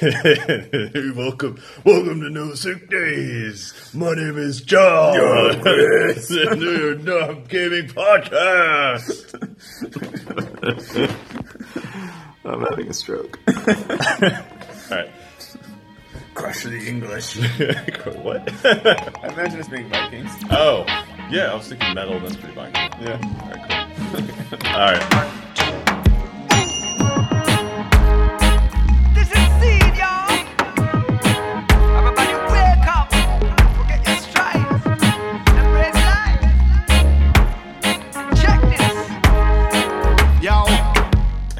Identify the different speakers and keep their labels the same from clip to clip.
Speaker 1: hey, welcome, welcome to No Sick Days. My name is John. You're Chris. and your dumb gaming podcast.
Speaker 2: I'm having a stroke.
Speaker 1: All right.
Speaker 3: Crush the English.
Speaker 1: what?
Speaker 3: I imagine us being Vikings.
Speaker 1: oh, yeah. I was thinking metal. That's pretty fine.
Speaker 3: Yeah.
Speaker 1: All right. Cool. All right.
Speaker 4: This is Seed, y'all. Everybody wake up. Forget your strife. Embrace life. Check this.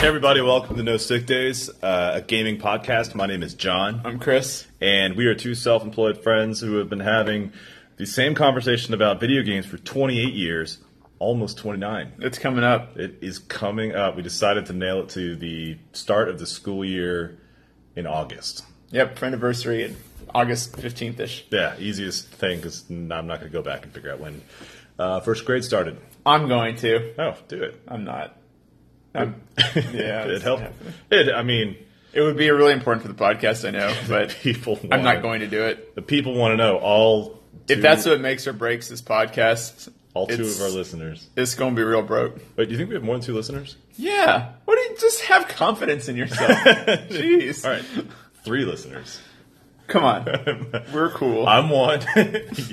Speaker 1: Hey, everybody. Welcome to No Sick Days, uh, a gaming podcast. My name is John,
Speaker 3: I'm Chris.
Speaker 1: and we are two self-employed friends who have been having the same conversation about video games for 28 years, almost 29.
Speaker 3: It's coming up.
Speaker 1: It is coming up. We decided to nail it to the start of the school year in August.
Speaker 3: Yep, for anniversary, in August 15th ish.
Speaker 1: Yeah, easiest thing because I'm not going to go back and figure out when uh, first grade started.
Speaker 3: I'm going to.
Speaker 1: Oh, do it.
Speaker 3: I'm not. I'm, yeah.
Speaker 1: it
Speaker 3: it's
Speaker 1: helped.
Speaker 3: happening.
Speaker 1: It. I mean,
Speaker 3: It would be really important for the podcast, I know, but
Speaker 1: people. Want,
Speaker 3: I'm not going to do it.
Speaker 1: The people want to know all.
Speaker 3: If
Speaker 1: two-
Speaker 3: that's what makes or breaks this podcast,
Speaker 1: all two
Speaker 3: it's-
Speaker 1: of our listeners.
Speaker 3: It's going to be real broke.
Speaker 1: Wait, do you think we have more than two listeners?
Speaker 3: Yeah. What do you just have confidence in yourself? Jeez.
Speaker 1: All right, three listeners.
Speaker 3: Come on. We're cool.
Speaker 1: I'm one.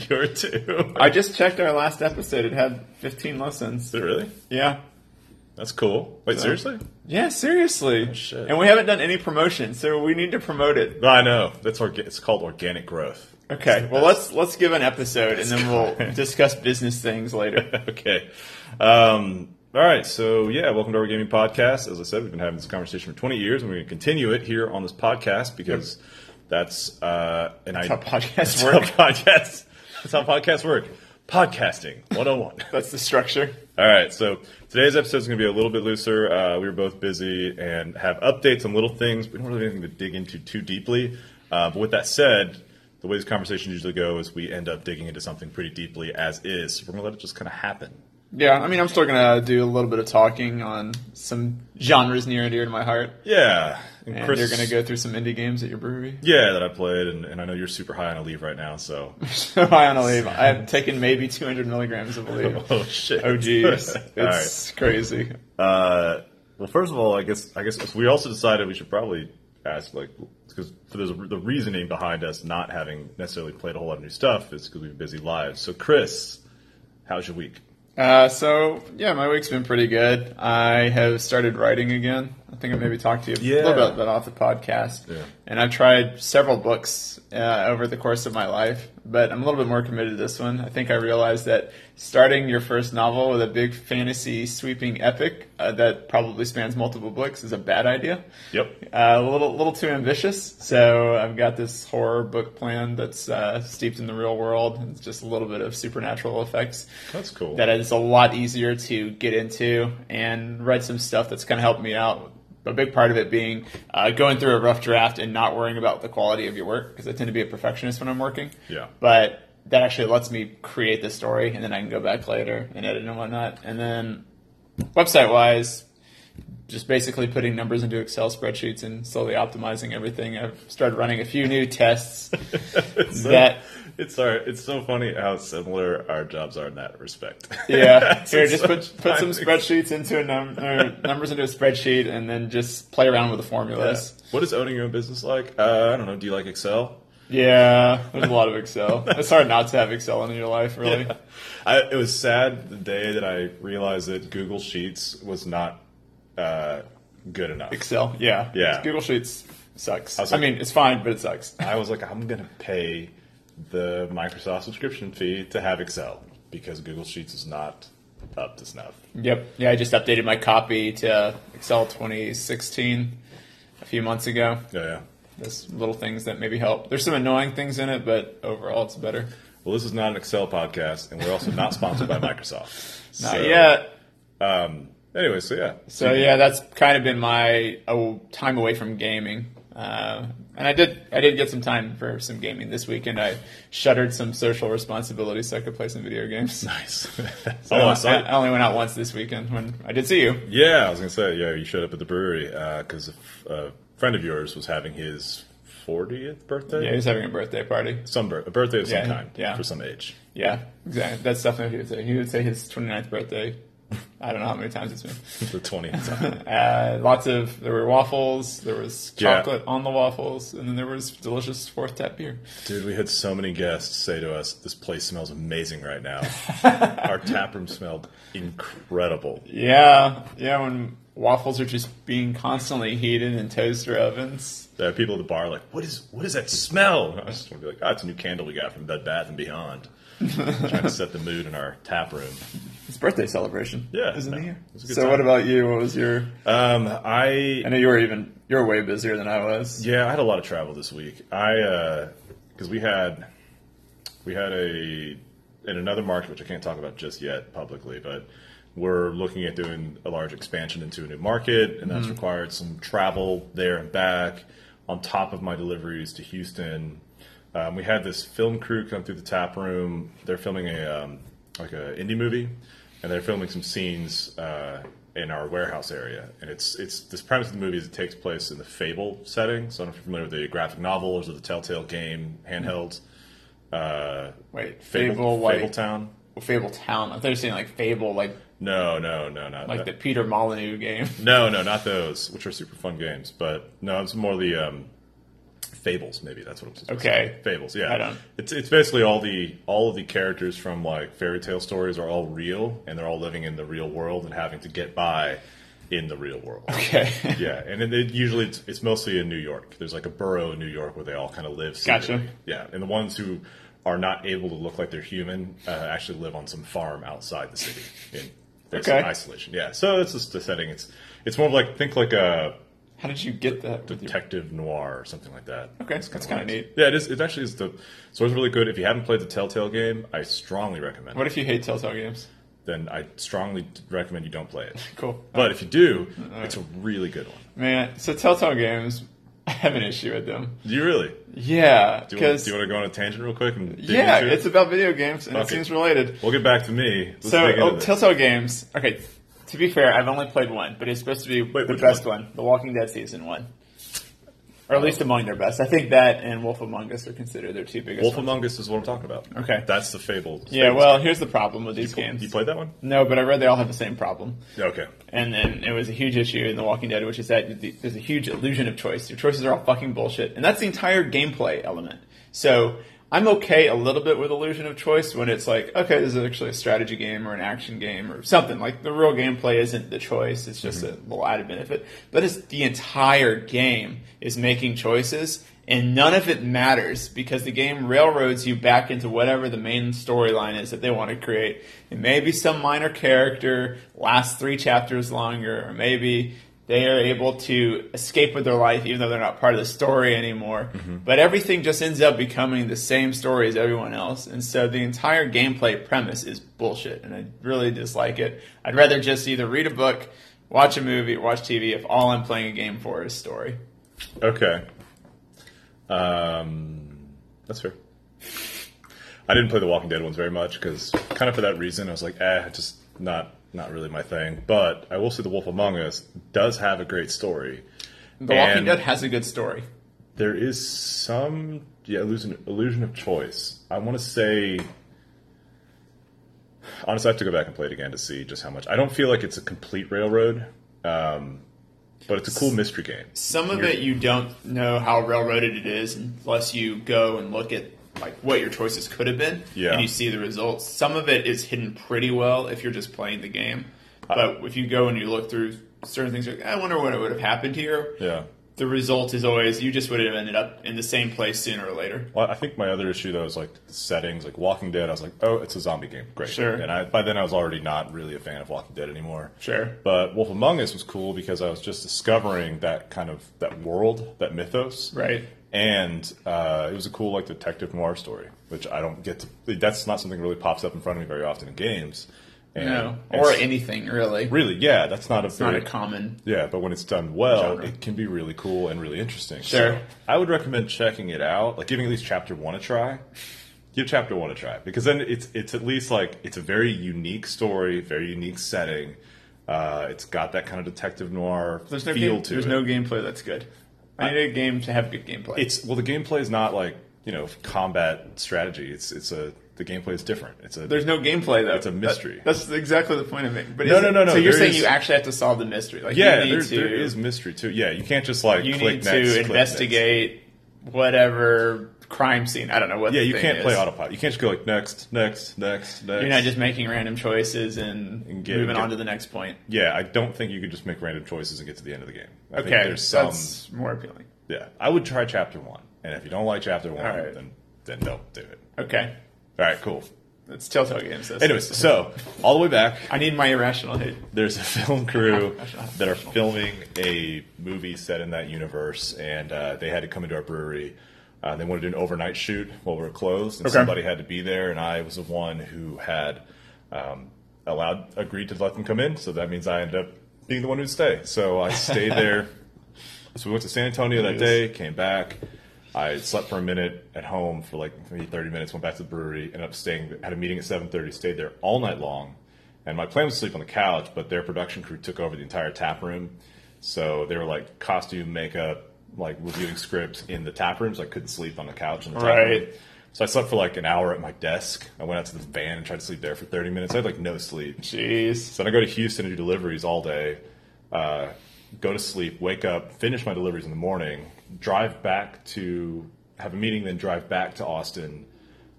Speaker 1: You're two.
Speaker 3: I just checked our last episode. It had 15 listens.
Speaker 1: Is it really?
Speaker 3: Yeah.
Speaker 1: That's cool. Wait, seriously?
Speaker 3: Yeah, seriously.
Speaker 1: shit.
Speaker 3: And we haven't done any promotion, so we need to promote it.
Speaker 1: I know. That's orga- It's called organic growth.
Speaker 3: Okay. Well, let's let's give an episode, and then we'll discuss business things later.
Speaker 1: okay. Um, all right. So, yeah, welcome to our gaming podcast. As I said, we've been having this conversation for 20 years, and we're going to continue it here on this podcast because that's uh, an
Speaker 3: That's how
Speaker 1: idea.
Speaker 3: podcasts work.
Speaker 1: podcasts. That's how podcasts work. Podcasting 101.
Speaker 3: That's the structure.
Speaker 1: All right, so today's episode is going to be a little bit looser. Uh, we were both busy and have updates on little things. We don't really have anything to dig into too deeply. Uh, but with that said, the way these conversations usually go is we end up digging into something pretty deeply as is. So we're going to let it just kind of happen.
Speaker 3: Yeah, I mean, I'm still gonna do a little bit of talking on some genres near and dear to my heart,
Speaker 1: Yeah,
Speaker 3: and you're gonna go through some indie games at your brewery.
Speaker 1: Yeah, that I played, and, and I know you're super high on a leave right now. So
Speaker 3: So I on a leave. I've taken maybe 200 milligrams of leave.
Speaker 1: oh shit.
Speaker 3: Oh geez,
Speaker 1: All right.
Speaker 3: it's crazy.
Speaker 1: Uh, well, first of all, I guess I guess we also decided we should probably ask like because there's a, the reasoning behind us not having necessarily played a whole lot of new stuff is because we've been busy lives. So, Chris, how's your week?
Speaker 3: Uh, so yeah, my week's been pretty good. I have started writing again. I think I maybe talked to you a
Speaker 1: Yeah.
Speaker 3: little bit about off the podcast.
Speaker 1: Yeah.
Speaker 3: And I've tried several books uh, over the course of my life, but I'm a little bit more committed to this one. I think I realized that starting your first novel with a big fantasy sweeping epic uh, that probably spans multiple books is a bad idea.
Speaker 1: Yep.
Speaker 3: Uh, a little, little too ambitious. So I've got this horror book plan that's uh, steeped in the real world. and It's just a little bit of supernatural effects
Speaker 1: That's cool.
Speaker 3: that is a lot easier to get into and write some stuff that's going to help me out. A big part of it being uh, going through a rough draft and not worrying about the quality of your work because I tend to be a perfectionist when I'm working.
Speaker 1: Yeah.
Speaker 3: But that actually lets me create the story and then I can go back later and edit and whatnot. And then website wise, just basically putting numbers into Excel spreadsheets and slowly optimizing everything. I've started running a few new tests.
Speaker 1: it's so,
Speaker 3: that-
Speaker 1: it's our, it's so funny how similar our jobs are in that respect.
Speaker 3: Yeah.
Speaker 1: It's
Speaker 3: Here, just put
Speaker 1: such
Speaker 3: put some
Speaker 1: timing.
Speaker 3: spreadsheets into a num- or numbers into a spreadsheet, and then just play around with the formulas.
Speaker 1: What is owning your own business like? Uh, I don't know. Do you like Excel?
Speaker 3: Yeah, there's a lot of Excel. It's hard not to have Excel in your life, really.
Speaker 1: Yeah. I, it was sad the day that I realized that Google Sheets was not uh, good enough.
Speaker 3: Excel, yeah,
Speaker 1: Yeah.
Speaker 3: Google Sheets sucks. I,
Speaker 1: was like-
Speaker 3: mean, it's fine, but it sucks.
Speaker 1: I was like, I'm going to pay the Microsoft subscription fee to have Excel because Google Sheets is not up to snuff.
Speaker 3: Yep. Yeah, I just updated my copy to Excel 2016 a few months ago.
Speaker 1: Yeah, yeah.
Speaker 3: There's little things that maybe help. There's some annoying things in it, but overall, it's better.
Speaker 1: Well, this is not an Excel podcast, and we're also not sponsored by Microsoft.
Speaker 3: Not
Speaker 1: So,
Speaker 3: yet.
Speaker 1: Um, anyway, so yeah.
Speaker 3: So yeah, that's kind of been my oh, time away from gaming. Uh, and I did I did get some time for some gaming this weekend. I shuttered some social responsibilities so I could play some video games.
Speaker 1: Nice.
Speaker 3: I,
Speaker 1: oh, I
Speaker 3: only-
Speaker 1: saw it.
Speaker 3: I only went out once this weekend when I did see you.
Speaker 1: uh, Yeah, I was gonna say, yeah, you showed up at the brewery because a f a a friend of yours was having his 40th birthday.
Speaker 3: Yeah, he was having a birthday party.
Speaker 1: some bir- a birthday of some
Speaker 3: Yeah,
Speaker 1: kind
Speaker 3: yeah.
Speaker 1: for some age.
Speaker 3: Yeah, exactly. That's definitely what he would say. He would say his 29th birthday. I don't know how many times it's been.
Speaker 1: The 20th.
Speaker 3: Uh, lots of there were waffles. There was
Speaker 1: Yeah.
Speaker 3: chocolate on the waffles, and then there was delicious fourth tap beer.
Speaker 1: Dude, we had so many guests say to us, "This place smells amazing right now." Our tap room smelled incredible.
Speaker 3: Yeah, yeah. When waffles are just being constantly heated in toaster ovens.
Speaker 1: There are people at the bar like, "What is what is that smell?" And I just want to be like, "Oh, it's a new candle we got from Bed Bath and Beyond." Trying to set the mood in our tap room.
Speaker 3: It's birthday celebration.
Speaker 1: Yeah,
Speaker 3: isn't
Speaker 1: no,
Speaker 3: it?
Speaker 1: it was a good
Speaker 3: So
Speaker 1: time.
Speaker 3: what about you? What was your?
Speaker 1: Um, I
Speaker 3: I know you were even you were way busier than I was.
Speaker 1: Yeah, I had a lot of travel this week. I because we had we had a in another market which I can't talk about just yet publicly, but we're looking at doing a large expansion into a new market, and that's required some travel there and back on top of my deliveries to Houston. Um, we had this film crew come through the tap room. They're filming a um, like a indie movie, and they're filming some scenes uh, in our warehouse area. And it's it's this premise of the movie is it takes place in the Fable setting. So I don't know if you're familiar with the graphic novels or the Telltale game handhelds. Uh,
Speaker 3: Wait,
Speaker 1: Fable,
Speaker 3: Fable,
Speaker 1: Fable,
Speaker 3: like
Speaker 1: Town.
Speaker 3: Fable Town. I thought you were saying like Fable, like
Speaker 1: No, no, no, not that.
Speaker 3: like the Peter Molyneux game.
Speaker 1: No, no, not those, which are super fun games. But no, it's more the um, Fables. Maybe that's what I'm supposed to
Speaker 3: Okay.
Speaker 1: say. Fables. Yeah,
Speaker 3: I don't-
Speaker 1: It's it's basically all the all of the characters from like fairy tale stories are all real, and they're all living in the real world and having to get by in the real world.
Speaker 3: Okay.
Speaker 1: yeah, and it, it usually it's, it's mostly in New York. There's like a borough in New York where they all kind of live.
Speaker 3: Gotcha.
Speaker 1: secretly. Yeah, and the ones who are not able to look like they're human uh, actually live on some farm outside the city in basically
Speaker 3: Okay.
Speaker 1: isolation. Yeah, so that's just the setting. It's it's more of like think like a
Speaker 3: How did you get that? With your...
Speaker 1: detective noir or something like that.
Speaker 3: Okay,
Speaker 1: It's kinda
Speaker 3: that's kinda
Speaker 1: what it is.
Speaker 3: neat.
Speaker 1: Yeah, it is. It actually is the so it's really good. If you haven't played the Telltale game, I strongly recommend.
Speaker 3: What
Speaker 1: it.
Speaker 3: if you hate Telltale games?
Speaker 1: Then I strongly recommend you don't play it.
Speaker 3: Cool.
Speaker 1: But if you do, it's a really good one.
Speaker 3: Man, so Telltale games, I have an issue with them.
Speaker 1: Do you really?
Speaker 3: Yeah,
Speaker 1: Do you, want,
Speaker 3: because
Speaker 1: do you want to go on a tangent real quick? And dig
Speaker 3: yeah,
Speaker 1: into it?
Speaker 3: it's about video games and it
Speaker 1: Okay.
Speaker 3: seems related.
Speaker 1: We'll get back to me. Let's
Speaker 3: so
Speaker 1: dig into
Speaker 3: oh,
Speaker 1: this.
Speaker 3: Telltale games. Okay, to be fair, I've only played one, but it's supposed to be the
Speaker 1: which
Speaker 3: best
Speaker 1: one?
Speaker 3: one? the Walking Dead season one, or at least among their best. I think that and Wolf Among Us are considered their two biggest.
Speaker 1: Wolf
Speaker 3: ones.
Speaker 1: Among Us is what I'm talking about.
Speaker 3: Okay.
Speaker 1: that's the fable.
Speaker 3: Yeah,
Speaker 1: Fables
Speaker 3: well,
Speaker 1: game.
Speaker 3: here's the problem with these games.
Speaker 1: you played that one?
Speaker 3: No, but I read they all have the same problem.
Speaker 1: Okay,
Speaker 3: And then it was a huge issue in The Walking Dead, which is that th- there's a huge illusion of choice. Your choices are all fucking bullshit. And that's the entire gameplay element. So I'm okay a little bit with illusion of choice when it's like, okay, this is actually a strategy game or an action game or something. Like the real gameplay isn't the choice, it's just a little added benefit. But it's the entire game is making choices and none of it matters because the game railroads you back into whatever the main storyline is that they want to create. It may be some minor character, lasts three chapters longer, or maybe they are able to escape with their life even though they're not part of the story anymore. But everything just ends up becoming the same story as everyone else. And so the entire gameplay premise is bullshit, and I really dislike it. I'd rather just either read a book, watch a movie, or watch TV if all I'm playing a game for is story.
Speaker 1: okay. Um, that's fair. I didn't play the Walking Dead ones very much because, kind of for that reason, I was like, eh, just not not really my thing. But I will say, The Wolf Among Us does have a great story.
Speaker 3: The Walking
Speaker 1: And-
Speaker 3: Dead has a good story.
Speaker 1: There is some yeah, illusion illusion of choice. I want to say honestly, I have to go back and play it again to see just how much. I don't feel like it's a complete railroad, um, but it's a cool mystery game.
Speaker 3: Some of
Speaker 1: You're-
Speaker 3: it you don't know how railroaded it is unless you go and look at like what your choices could have been,
Speaker 1: Yeah.
Speaker 3: and you see the results. Some of it is hidden pretty well if you're just playing the game,
Speaker 1: Uh,
Speaker 3: but if you go and you look through certain things, you're like I wonder what would have happened here.
Speaker 1: Yeah.
Speaker 3: The result is always you just would have ended up in the same place sooner or later.
Speaker 1: Well, I think my other issue though is like settings, like Walking Dead. I was like, oh, it's a zombie game, great.
Speaker 3: Sure.
Speaker 1: And I, by then, I was already not really a fan of Walking Dead anymore.
Speaker 3: Sure.
Speaker 1: But Wolf Among Us was cool because I was just discovering that kind of that world, that mythos.
Speaker 3: Right.
Speaker 1: And uh, it was a cool like detective noir story, which I don't get to. That's not something that really pops up in front of me very often in games. And,
Speaker 3: No,
Speaker 1: and
Speaker 3: or
Speaker 1: s-
Speaker 3: anything really.
Speaker 1: really, yeah, that's not a
Speaker 3: It's not a
Speaker 1: very-
Speaker 3: common.
Speaker 1: yeah, but when it's done well,
Speaker 3: Genre.
Speaker 1: it can be really cool and really interesting.
Speaker 3: Sure.
Speaker 1: So I would recommend checking it out, like giving at least chapter one a try. Give chapter one a try because then it's it's at least like it's a very unique story, very unique setting. Uh, it's got that kind of detective noir
Speaker 3: There's no
Speaker 1: feel
Speaker 3: game,
Speaker 1: to
Speaker 3: There's
Speaker 1: it.
Speaker 3: no gameplay that's good. I need a game to have good gameplay.
Speaker 1: It's well, the gameplay is not like you know combat strategy. It's it's a the gameplay is different. It's a
Speaker 3: There's no gameplay though.
Speaker 1: It's a mystery.
Speaker 3: That- that's exactly the point of it. But
Speaker 1: No,
Speaker 3: is
Speaker 1: no,
Speaker 3: it-
Speaker 1: no, no,
Speaker 3: So you're
Speaker 1: there
Speaker 3: saying
Speaker 1: is-
Speaker 3: you actually have to solve the mystery. Like
Speaker 1: yeah.
Speaker 3: you need
Speaker 1: There,
Speaker 3: to,
Speaker 1: there is mystery too. Yeah, you can't just like
Speaker 3: you
Speaker 1: click
Speaker 3: need
Speaker 1: next, click
Speaker 3: to
Speaker 1: next.
Speaker 3: investigate whatever crime scene. I don't know what.
Speaker 1: Yeah,
Speaker 3: the
Speaker 1: you
Speaker 3: thing
Speaker 1: can't play
Speaker 3: is.
Speaker 1: autopilot. You can't just go like next, next, next, next.
Speaker 3: You're not just making random choices and,
Speaker 1: And get-
Speaker 3: moving
Speaker 1: get-
Speaker 3: on to the next point.
Speaker 1: Yeah, I don't think you could just make random choices and get to the end of the game. I
Speaker 3: Okay,
Speaker 1: think there's some.
Speaker 3: that's more appealing.
Speaker 1: Yeah, I would try chapter one, and if you don't like chapter one,
Speaker 3: All right.
Speaker 1: then then don't do it.
Speaker 3: Okay,
Speaker 1: All right, cool.
Speaker 3: it's Telltale Games. That's-
Speaker 1: Anyways, so all the way back,
Speaker 3: I need my irrational hate.
Speaker 1: there's a film crew that are filming a movie set in that universe, and uh, they had to come into our brewery. Uh, they wanted to do an overnight shoot while we were closed, and
Speaker 3: Okay.
Speaker 1: somebody had to be there, and I was the one who had um, allowed agreed to let them come in. So that means I ended up being the one who'd stay. So I stayed there. so we went to San Antonio that
Speaker 3: Yes.
Speaker 1: day, came back. I slept for a minute at home for like maybe 30 minutes, went back to the brewery, ended up staying, had a meeting at 7.30, stayed there all night long. And my plan was to sleep on the couch, but their production crew took over the entire tap room. So they were like costume, makeup, like reviewing scripts in the tap rooms. I couldn't sleep on the couch in the tap room.
Speaker 3: Right.
Speaker 1: So I slept for like an hour at my desk. I went out to the van and tried to sleep there for 30 minutes. I had like no sleep.
Speaker 3: Jeez.
Speaker 1: So then I go to Houston and do deliveries all day, uh, go to sleep, wake up, finish my deliveries in the morning, drive back to have a meeting, then drive back to Austin,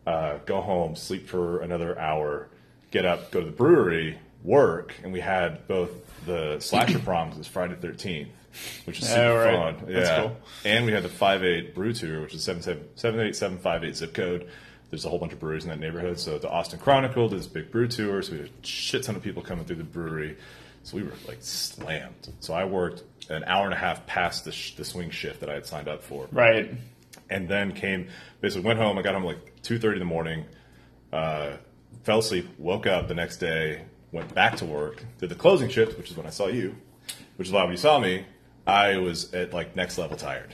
Speaker 1: uh, go home, sleep for another hour, get up, go to the brewery, work, and we had both the slasher proms this Friday thirteenth, which is super
Speaker 3: Oh, right.
Speaker 1: fun.
Speaker 3: That's
Speaker 1: yeah,
Speaker 3: cool.
Speaker 1: and we had the five eight brew tour, which is seven seven seven eight seven five eight zip code. There's a whole bunch of breweries in that neighborhood. So the Austin Chronicle did this big brew tour. So we had a shit ton of people coming through the brewery. So we were like slammed. So I worked an hour and a half past the, sh- the swing shift that I had signed up for
Speaker 3: Right.
Speaker 1: and then came basically went home. I got home like two thirty in the morning, uh, fell asleep, woke up the next day, went back to work, did the closing shift, which is when I saw you, which is why when you saw me, I was at like next level tired,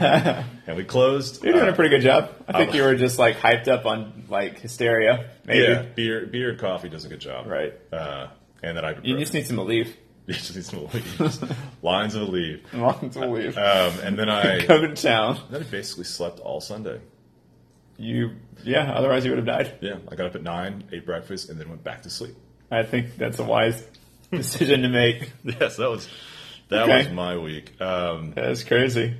Speaker 1: and we closed.
Speaker 3: You're doing
Speaker 1: uh,
Speaker 3: a pretty good job. I think
Speaker 1: I'll-
Speaker 3: you were just like hyped up on like hysteria. Maybe.
Speaker 1: yeah, beer, beer and coffee does a good job,
Speaker 3: Right.
Speaker 1: Uh, and then I could
Speaker 3: You
Speaker 1: burp.
Speaker 3: just need some relief.
Speaker 1: You just need some leaves, lines of leave,
Speaker 3: Welcome to relief.
Speaker 1: um, and then I.
Speaker 3: Go to town.
Speaker 1: Then I basically slept all Sunday.
Speaker 3: You, yeah. Otherwise, you would have died.
Speaker 1: Yeah, I got up at nine, ate breakfast, and then went back to sleep.
Speaker 3: I think that's a wise decision to make.
Speaker 1: Yes, that was that
Speaker 3: Okay.
Speaker 1: was my week. Um,
Speaker 3: That's crazy.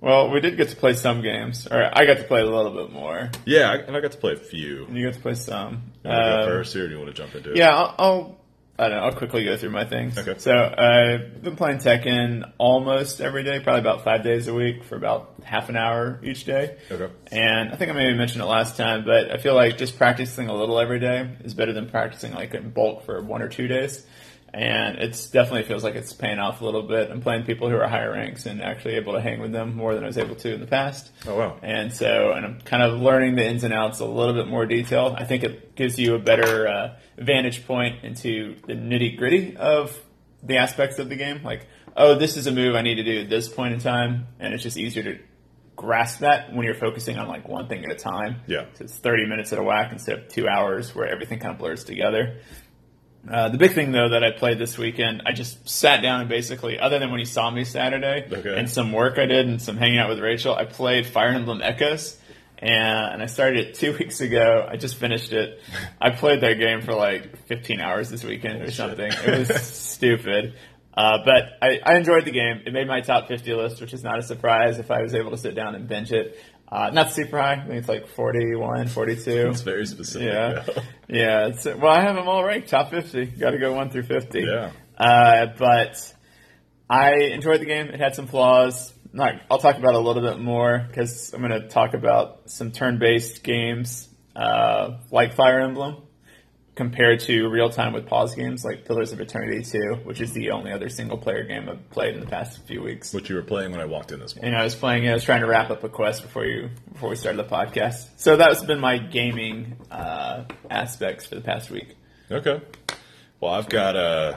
Speaker 3: Well, we did get to play some games, or I got to play a little bit more.
Speaker 1: yeah, I, and I got to play a few.
Speaker 3: You got to play some.
Speaker 1: You wanna go
Speaker 3: Um,
Speaker 1: first, or do you want to jump into it?
Speaker 3: Yeah, I'll, I'll I don't know. I'll quickly go through my things.
Speaker 1: Okay.
Speaker 3: So uh, I've been playing Tekken almost every day, probably about five days a week for about half an hour each day.
Speaker 1: Okay.
Speaker 3: And I think I maybe mentioned it last time, but I feel like just practicing a little every day is better than practicing like in bulk for one or two days. And it's definitely feels like it's paying off a little bit. I'm playing people who are higher ranks and actually able to hang with them more than I was able to in the past.
Speaker 1: Oh, wow.
Speaker 3: And so, and I'm kind of learning the ins and outs a little bit more detail. I think it gives you a better uh, vantage point into the nitty gritty of the aspects of the game. Like, oh, this is a move I need to do at this point in time, and it's just easier to grasp that when you're focusing on like one thing at a time.
Speaker 1: Yeah.
Speaker 3: So it's 30 minutes at a whack instead of two hours where everything kind of blurs together. Uh, the big thing though that I played this weekend, I just sat down and basically, other than when you saw me Saturday
Speaker 1: Okay.
Speaker 3: and some work I did and some hanging out with Rachel, I played Fire Emblem Echoes, and, and I started it two weeks ago. I just finished it. I played that game for like 15 hours this weekend or
Speaker 1: shit.
Speaker 3: something. It was stupid. Uh, but I, I enjoyed the game. It made my top 50 list, which is not a surprise if I was able to sit down and binge it. Uh, not super high. I think it's like 41, 42.
Speaker 1: it's very specific.
Speaker 3: Yeah,
Speaker 1: though.
Speaker 3: yeah. It's, well, I have them all ranked top fifty. Got to go one through fifty.
Speaker 1: Yeah.
Speaker 3: Uh, but I enjoyed the game. It had some flaws. Not, I'll talk about it a little bit more because I'm going to talk about some turn-based games uh, like Fire Emblem compared to real-time with pause games like Pillars of Eternity 2, which is the only other single-player game I've played in the past few weeks
Speaker 1: What you were playing when I walked in this morning.
Speaker 3: and I was playing. I was trying to wrap up a quest before you before we started the podcast. So that's been my gaming uh, aspects for the past week.
Speaker 1: Okay. Well, I've got Uh,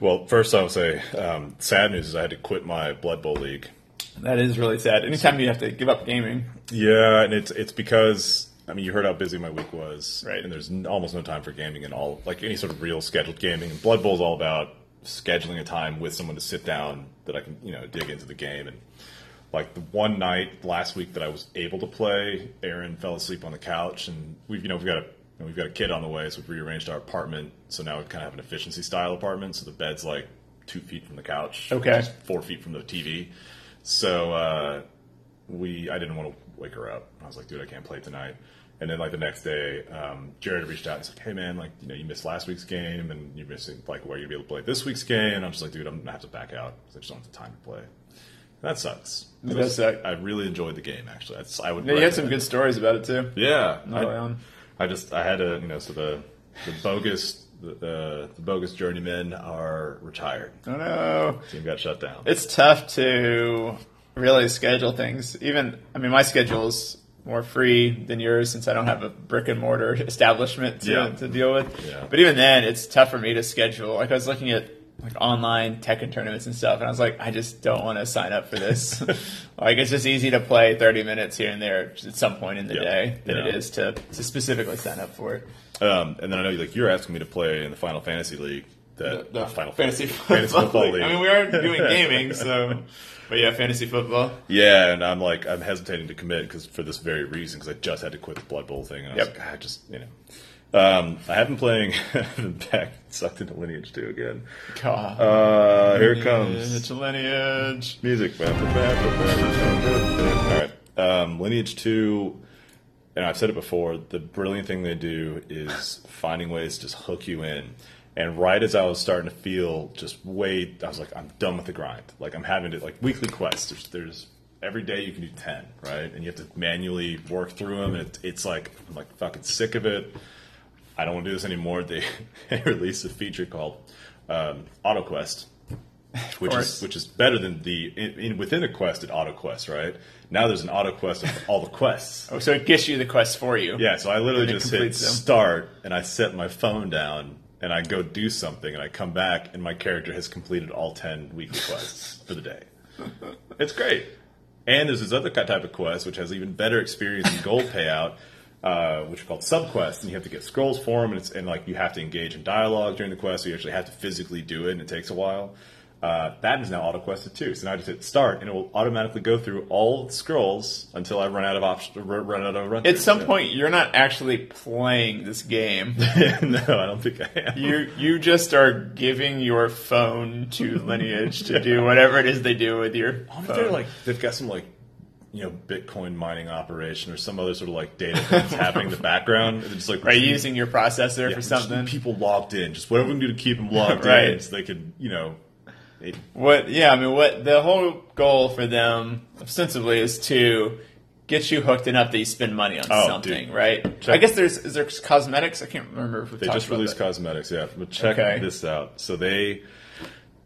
Speaker 1: well, first I would say um, sad news is I had to quit my Blood Bowl league.
Speaker 3: That is really sad. Anytime you have to give up gaming,
Speaker 1: Yeah, and it's it's because I mean you heard how busy my week was,
Speaker 3: Right.
Speaker 1: And there's n- almost no time for gaming and all like any sort of real scheduled gaming. And Blood Bowl's all about scheduling a time with someone to sit down that I can, you know, dig into the game. And like the one night last week that I was able to play, Aaron fell asleep on the couch, and we've, you know, we've got a you know, we've got a kid on the way, so we've rearranged our apartment. So now we kind of have an efficiency style apartment. So the bed's like two feet from the couch,
Speaker 3: Okay.
Speaker 1: just four feet from the TV. So uh, we I didn't want to wake her up. I was like, dude, I can't play tonight. And then like the next day, um, Jared reached out and said, hey man, like you know you missed last week's game and you're missing like where you be able to play this week's game. And I'm just like, dude, I'm gonna have to back out because I just don't have the time to play. And that sucks.
Speaker 3: That
Speaker 1: It was-
Speaker 3: sucked.
Speaker 1: I really enjoyed the game actually. That's I would.
Speaker 3: Yeah, you had some
Speaker 1: recommend
Speaker 3: good stories about it too.
Speaker 1: it. Yeah,
Speaker 3: Not
Speaker 1: I-
Speaker 3: my own.
Speaker 1: I just I had a you know so the the bogus the, the, the bogus journeymen are retired.
Speaker 3: Oh no.
Speaker 1: Team got shut down.
Speaker 3: It's tough to really schedule things. Even, I mean, my schedule's more free than yours since I don't have a brick and mortar establishment to,
Speaker 1: Yeah.
Speaker 3: to deal with.
Speaker 1: Yeah.
Speaker 3: But even then, it's tough for me to schedule. Like I was looking at like online Tekken tournaments and stuff, and I was like, I just don't want to sign up for this. like it's just easy to play 30 minutes here and there at some point in the
Speaker 1: Yeah.
Speaker 3: day than it
Speaker 1: Yeah.
Speaker 3: is to, to specifically sign up for it.
Speaker 1: Um, and then I know like you're asking me to play in the Final Fantasy League. That
Speaker 3: the
Speaker 1: Final
Speaker 3: fantasy
Speaker 1: Fantasy Football League.
Speaker 3: I mean, we are doing gaming, so but yeah, fantasy football.
Speaker 1: Yeah, and I'm like I'm hesitating to commit because for this very reason because I just had to quit the Blood Bowl thing. And I was
Speaker 3: Yep.
Speaker 1: like, I just you know. Um, I have been playing. I've been back sucked into Lineage 2 again.
Speaker 3: God,
Speaker 1: Uh, here it
Speaker 3: it's
Speaker 1: comes
Speaker 3: a lineage.
Speaker 1: music. All right, um, Lineage 2. and I've said it before, the brilliant thing they do is finding ways to just hook you in. And right as I was starting to feel just way, I was like, I'm done with the grind. Like I'm having to like weekly quests. There's, there's every day you can do ten, right? And you have to manually work through them. And it, it's like I'm like fucking sick of it. I don't want to do this anymore. They, they released a feature called um, Auto Quest, which
Speaker 3: course.
Speaker 1: is which is better than the in, in, within a quest at Auto Quest, right? Now there's an Auto Quest of all the quests.
Speaker 3: Oh, so it gets you the quest for you.
Speaker 1: Yeah, so I literally
Speaker 3: And it
Speaker 1: just hit
Speaker 3: completes them.
Speaker 1: start and I set my phone down and I go do something and I come back and my character has completed all 10 weekly quests for the day. It's great. And there's this other ki- type of quest which has even better experience and gold payout, uh, which are called subquests, and you have to get scrolls for them, and, it's, and like you have to engage in dialogue during the quest, so you actually have to physically do it, and it takes a while. Uh, that is now auto quested too. So now I just hit start, and it will automatically go through all scrolls until I run out of options. Run out of run.
Speaker 3: At some point, you're not actually playing this game.
Speaker 1: no, I don't think I am.
Speaker 3: You you just are giving your phone to Lineage to do whatever it is they do with your
Speaker 1: I wonder if they're
Speaker 3: phone.
Speaker 1: like they've got some like you know Bitcoin mining operation or some other sort of like data thing that's happening in the background. It's just like
Speaker 3: Right, using your processor
Speaker 1: yeah,
Speaker 3: for
Speaker 1: we just
Speaker 3: something.
Speaker 1: need people logged in, just whatever we can do to keep them logged in,
Speaker 3: Right.
Speaker 1: so they can you know. It,
Speaker 3: What? Yeah, I mean, what the whole goal for them ostensibly is to get you hooked enough that you spend money on
Speaker 1: Oh,
Speaker 3: something,
Speaker 1: dude.
Speaker 3: right?
Speaker 1: Check-
Speaker 3: I guess there's is there cosmetics? I can't remember. If we
Speaker 1: they
Speaker 3: talked
Speaker 1: just
Speaker 3: about
Speaker 1: released
Speaker 3: that.
Speaker 1: cosmetics, yeah. But check
Speaker 3: Okay.
Speaker 1: this out. So they,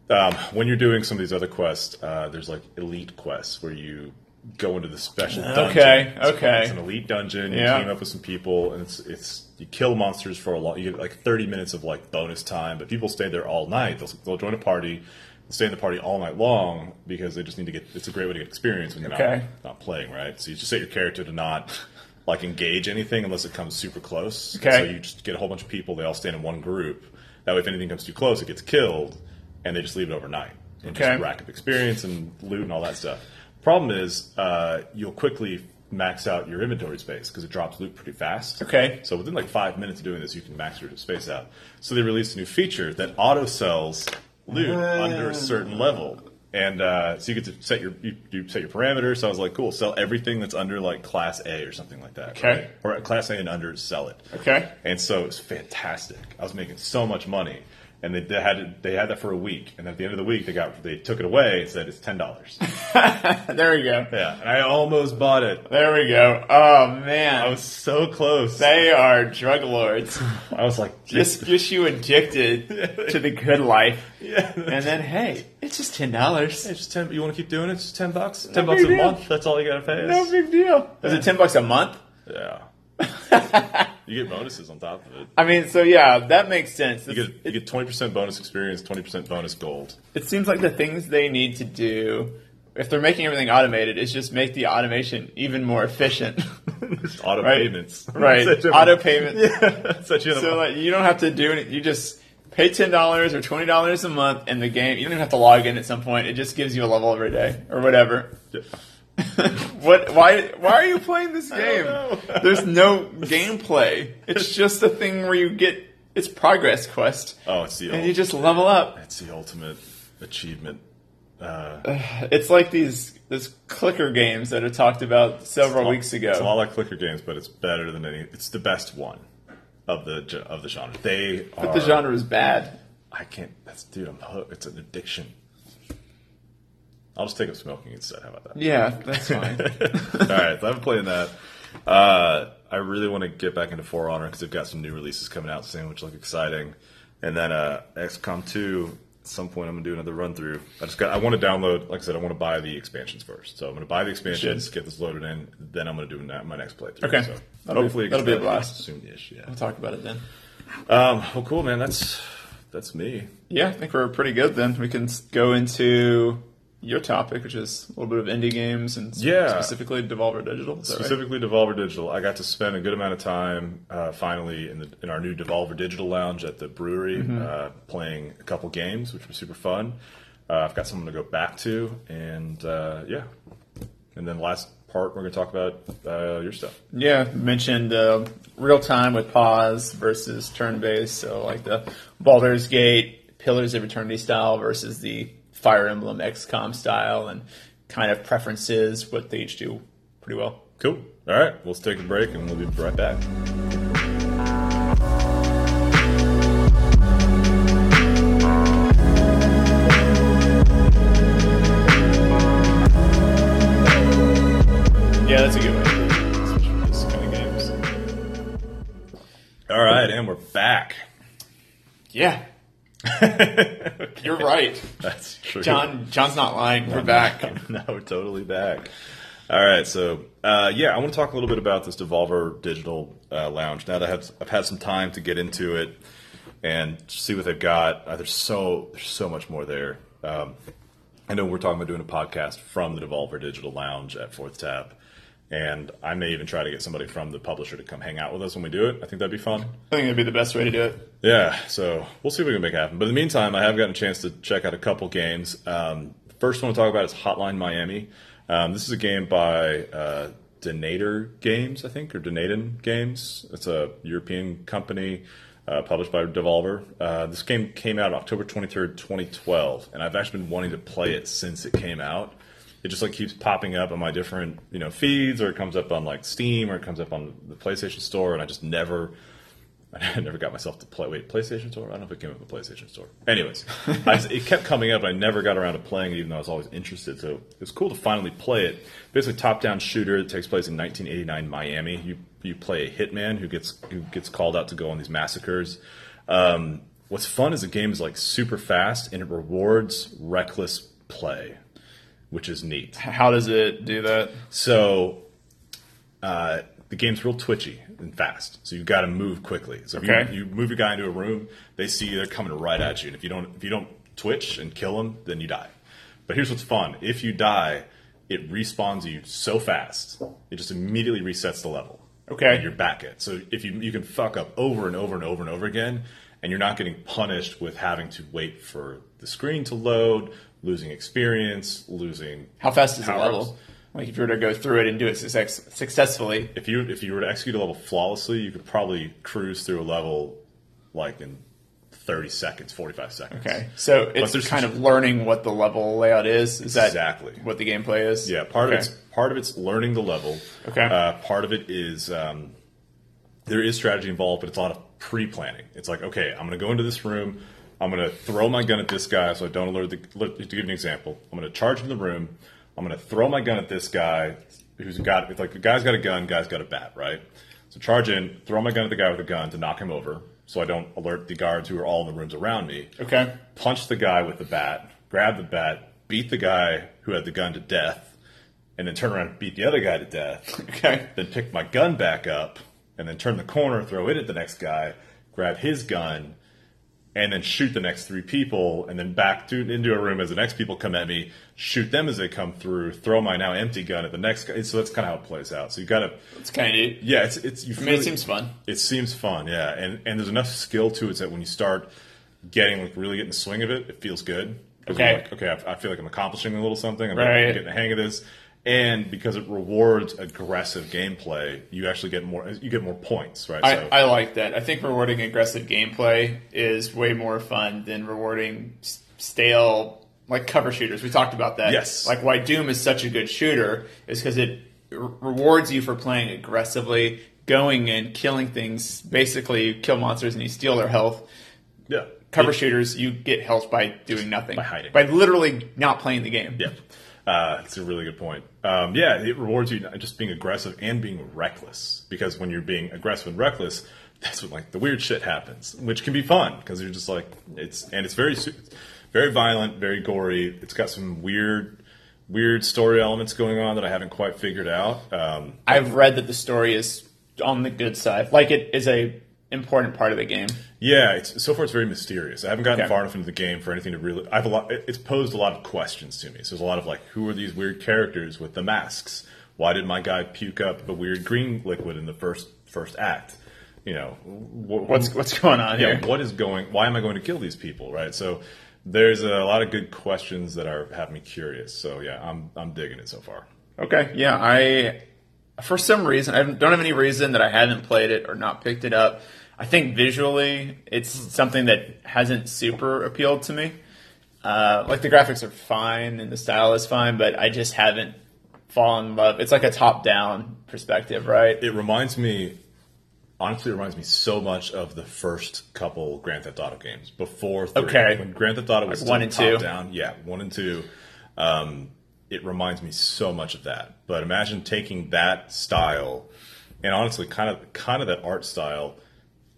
Speaker 1: um, when you're doing some of these other quests, uh, there's like elite quests where you go into the special dungeon.
Speaker 3: Okay,
Speaker 1: It's-
Speaker 3: okay.
Speaker 1: It's an elite dungeon. You
Speaker 3: Yeah.
Speaker 1: team up with some people, and it's it's you kill monsters for a long. You get like 30 minutes of like bonus time, but people stay there all night. They'll, they'll join a party. they'll Stay in the party all night long because they just need to get. It's a great way to get experience when you're
Speaker 3: Okay.
Speaker 1: not, not playing, right? So you just set your character to not like engage anything unless it comes super close.
Speaker 3: Okay.
Speaker 1: So you just get a whole bunch of people. They all stand in one group. That way, if anything comes too close, it gets killed, and they just leave it overnight. And
Speaker 3: Okay.
Speaker 1: Just rack up experience and loot and all that stuff. Problem is, uh, you'll quickly max out your inventory space because it drops loot pretty fast.
Speaker 3: Okay.
Speaker 1: So within like five minutes of doing this, you can max your space out. So they released a new feature that auto sells loot under a certain level. And uh, so you get to set your you, you set your parameters. So I was like, cool, sell everything that's under like class A or something like that.
Speaker 3: Okay.
Speaker 1: Or at class A and under, sell it.
Speaker 3: Okay.
Speaker 1: And so it was fantastic. I was making so much money, and they, they had it, they had that for a week. And at the end of the week, they got they took it away and said it's ten dollars.
Speaker 3: There we go.
Speaker 1: yeah, and I almost bought it.
Speaker 3: There we go. Oh man,
Speaker 1: I was so close.
Speaker 3: they are drug lords.
Speaker 1: I was like,
Speaker 3: just get you addicted to the good life,
Speaker 1: yeah.
Speaker 3: and then hey, it's just ten dollars.
Speaker 1: It's just ten. You want to keep doing it? It's just ten bucks.
Speaker 3: No big deal.
Speaker 1: That's all you gotta pay.
Speaker 3: No big deal. Is it ten bucks a month?
Speaker 1: yeah. you get bonuses on top of it.
Speaker 3: I mean, so yeah, that makes sense.
Speaker 1: You
Speaker 3: It's-
Speaker 1: get you get twenty percent bonus experience, twenty percent bonus gold.
Speaker 3: It seems like the things they need to do, if they're making everything automated, is just make the automation even more efficient.
Speaker 1: Just auto
Speaker 3: Right.
Speaker 1: payments.
Speaker 3: Right.
Speaker 1: Set you-
Speaker 3: Auto payment.
Speaker 1: Yeah. Set you in a-
Speaker 3: so like you don't have to do any. You just Pay ten dollars or twenty dollars a month, and the game you don't even have to log in at some point. It just gives you a level every day or whatever. what? Why? Why are you playing this game?
Speaker 1: know.
Speaker 3: There's no gameplay. It's just a thing where you get it's progress quest,
Speaker 1: Oh, it's the
Speaker 3: and you
Speaker 1: ul-
Speaker 3: just level up.
Speaker 1: it's the ultimate achievement.
Speaker 3: It's like these these clicker games that I talked about several weeks ago.
Speaker 1: It's a lot like clicker games, but it's better than any. It's the best one of the ge- of the genre. They are
Speaker 3: But the genre is bad.
Speaker 1: I can't. That's dude. I'm hooked. It's an addiction. I'll just take up smoking instead. How about that?
Speaker 3: Yeah, that's fine.
Speaker 1: All right, so I'm playing that. Uh, I really want to get back into For Honor because they've got some new releases coming out soon, which look exciting. And then uh, XCOM 2. At some point, I'm gonna do another run through. I just got. I want to download. Like I said, I want to buy the expansions first. So I'm gonna buy the expansions,
Speaker 3: should.
Speaker 1: get this loaded in. Then I'm gonna do na- my next playthrough.
Speaker 3: Okay.
Speaker 1: So
Speaker 3: That'll be-
Speaker 1: hopefully,
Speaker 3: that'll be a blast.
Speaker 1: soon-ish. Yeah.
Speaker 3: we'll talk about it then.
Speaker 1: Um. Well, cool, man. That's that's me.
Speaker 3: Yeah, I think we're pretty good then. We can s- go into your topic, which is a little bit of indie games and sp-
Speaker 1: Yeah.
Speaker 3: specifically Devolver Digital. Is that right?
Speaker 1: specifically Devolver Digital. I got to spend a good amount of time uh, finally in the in our new Devolver Digital lounge at the brewery,
Speaker 3: Mm-hmm.
Speaker 1: uh, playing a couple games, which was super fun. Uh, I've got someone to go back to, and uh, yeah, and then last part we're going to talk about uh, your stuff.
Speaker 3: Yeah, you mentioned uh, real time with pause versus turn based. So like the Baldur's Gate, Pillars of Eternity style versus the Fire Emblem XCOM style, and kind of preferences. What they each do pretty well.
Speaker 1: Cool. All right, let's take a break, and we'll be right back.
Speaker 3: Yeah, that's a good one.
Speaker 1: This kind of games. All right, and we're back.
Speaker 3: Yeah, you're right,
Speaker 1: That's true.
Speaker 3: John. John's not lying. We're back.
Speaker 1: now we're totally back. All right, so uh, yeah, I want to talk a little bit about this Devolver Digital uh, Lounge. Now that I have, I've had some time to get into it and see what they've got, uh, there's so there's so much more there. Um, I know we're talking about doing a podcast from the Devolver Digital Lounge at Fourth Tap, and I may even try to get somebody from the publisher to come hang out with us when we do it. I think that'd be fun.
Speaker 3: I think that'd be the best way to do it.
Speaker 1: Yeah, so we'll see if we can make it happen. But in the meantime, I have gotten a chance to check out a couple games. Um, the first one to talk about is Hotline Miami. Um, this is a game by uh, Donator Games, I think, or Donaton Games. It's a European company uh, published by Devolver. Uh, this game came out October 23rd, 2012, and I've actually been wanting to play it since it came out it just like keeps popping up on my different you know feeds or it comes up on like steam or it comes up on the playstation store and i just never i never got myself to play wait playstation store i don't know if it came up on the playstation store anyways I just- it kept coming up and i never got around to playing it even though i was always interested so it was cool to finally play it basically top down shooter that takes place in 1989 miami you you play a hitman who gets who gets called out to go on these massacres um, what's fun is the game is like super fast and it rewards reckless play which is neat.
Speaker 3: How does it do that?
Speaker 1: So uh, the game's real twitchy and fast, so you've got to move quickly. So if
Speaker 3: Okay.
Speaker 1: you, you move your guy into a room, they see you, they're coming right at you, and if you don't if you don't twitch and kill them, then you die. But here's what's fun: if you die, it respawns you so fast, it just immediately resets the level.
Speaker 3: Okay.
Speaker 1: and you're back at. So if you you can fuck up over and over and over and over again, and you're not getting punished with having to wait for the screen to load, losing experience, losing
Speaker 3: How fast is the
Speaker 1: powers.
Speaker 3: level? Like if you were to go through it and do it success- successfully,
Speaker 1: if you if you were to execute a level flawlessly, you could probably cruise through a level like in thirty seconds, forty five seconds.
Speaker 3: Okay, so it's
Speaker 1: there's
Speaker 3: kind
Speaker 1: some-
Speaker 3: of learning what the level layout is. Is that
Speaker 1: Exactly.
Speaker 3: what the gameplay is?
Speaker 1: Yeah, part
Speaker 3: okay.
Speaker 1: of it's part of it's learning the level.
Speaker 3: Okay.
Speaker 1: Uh, part of it is um, there is strategy involved, but it's a lot of pre planning. It's like, okay, I'm going to go into this room. I'm going to throw my gun at this guy so I don't alert the. Let, to give you an example, I'm going to charge in the room. I'm going to throw my gun at this guy who's got. It's like a guy's got a gun, guy's got a bat, right? So charge in, throw my gun at the guy with a gun to knock him over so I don't alert the guards who are all in the rooms around me
Speaker 3: Okay.
Speaker 1: punch the guy with the bat, grab the bat, beat the guy who had the gun to death, and then turn around and beat the other guy to death.
Speaker 3: Okay.
Speaker 1: Then pick my gun back up, and then turn the corner, throw it at the next guy, grab his gun, and then shoot the next three people, and then back to, into a room as the next people come at me, shoot them as they come through, throw my now empty gun at the next guy. So that's kind of how it plays out. So you got to,
Speaker 3: It's kind of neat.
Speaker 1: yeah, it's it's. You
Speaker 3: I mean, it seems fun.
Speaker 1: It seems fun, yeah, and and there's enough skill to it that when you start getting like really getting the swing of it, it feels good. 'Cause
Speaker 3: Okay.
Speaker 1: you're Like, okay, I, I feel like I'm accomplishing a little something. I'm
Speaker 3: Right.
Speaker 1: getting the hang of this. And because it rewards aggressive gameplay, you actually get more. You get more points, right?
Speaker 3: I, I like that. I think rewarding aggressive gameplay is way more fun than rewarding s- stale like cover shooters. We talked about that.
Speaker 1: Yes.
Speaker 3: Like why Doom is such a good shooter is because it re- rewards you for playing aggressively, going in, killing things. Basically, you kill monsters and you steal their health.
Speaker 1: yeah.
Speaker 3: Cover
Speaker 1: It-
Speaker 3: shooters, you get health by doing nothing,
Speaker 1: By hiding.
Speaker 3: by literally not playing the game.
Speaker 1: Yeah, uh, that's a really good point. Um, yeah, it rewards you not just being aggressive and being reckless because when you're being aggressive and reckless, that's when like the weird shit happens, which can be fun because you're just like it's and it's very su- very violent, very gory. It's got some weird weird story elements going on that I haven't quite figured out. Um,
Speaker 3: I've read that the story is on the good side. Like it is a important part of the game.
Speaker 1: Yeah, it's, so far it's very mysterious. I haven't gotten
Speaker 3: Okay.
Speaker 1: far enough into the game for anything to really. I've a lot. it- It's posed a lot of questions to me. So there's a lot of like, who are these weird characters with the masks? Why did my guy puke up a weird green liquid in the first first act? You know, wh-
Speaker 3: What's what's going on here?
Speaker 1: Mm. yeah, what is going? Why am I going to kill these people? Right. So there's a lot of good questions that are have me curious. So yeah, I'm I'm digging it so far.
Speaker 3: Okay, yeah, I for some reason I don't have any reason that I haven't played it or not picked it up. I think visually it's something that hasn't super appealed to me. Uh, like the graphics are fine and the style is fine, but I just haven't fallen in love. It's like a top-down perspective, right?
Speaker 1: It reminds me, honestly, it reminds me so much of the first couple Grand Theft Auto games before. Three.
Speaker 3: Okay.
Speaker 1: when Grand Theft Auto was
Speaker 3: Like
Speaker 1: still
Speaker 3: one and
Speaker 1: top
Speaker 3: two.
Speaker 1: down, yeah, one and two. Um, it reminds me so much of that. But imagine taking that style, and honestly, kind of kind of that art style,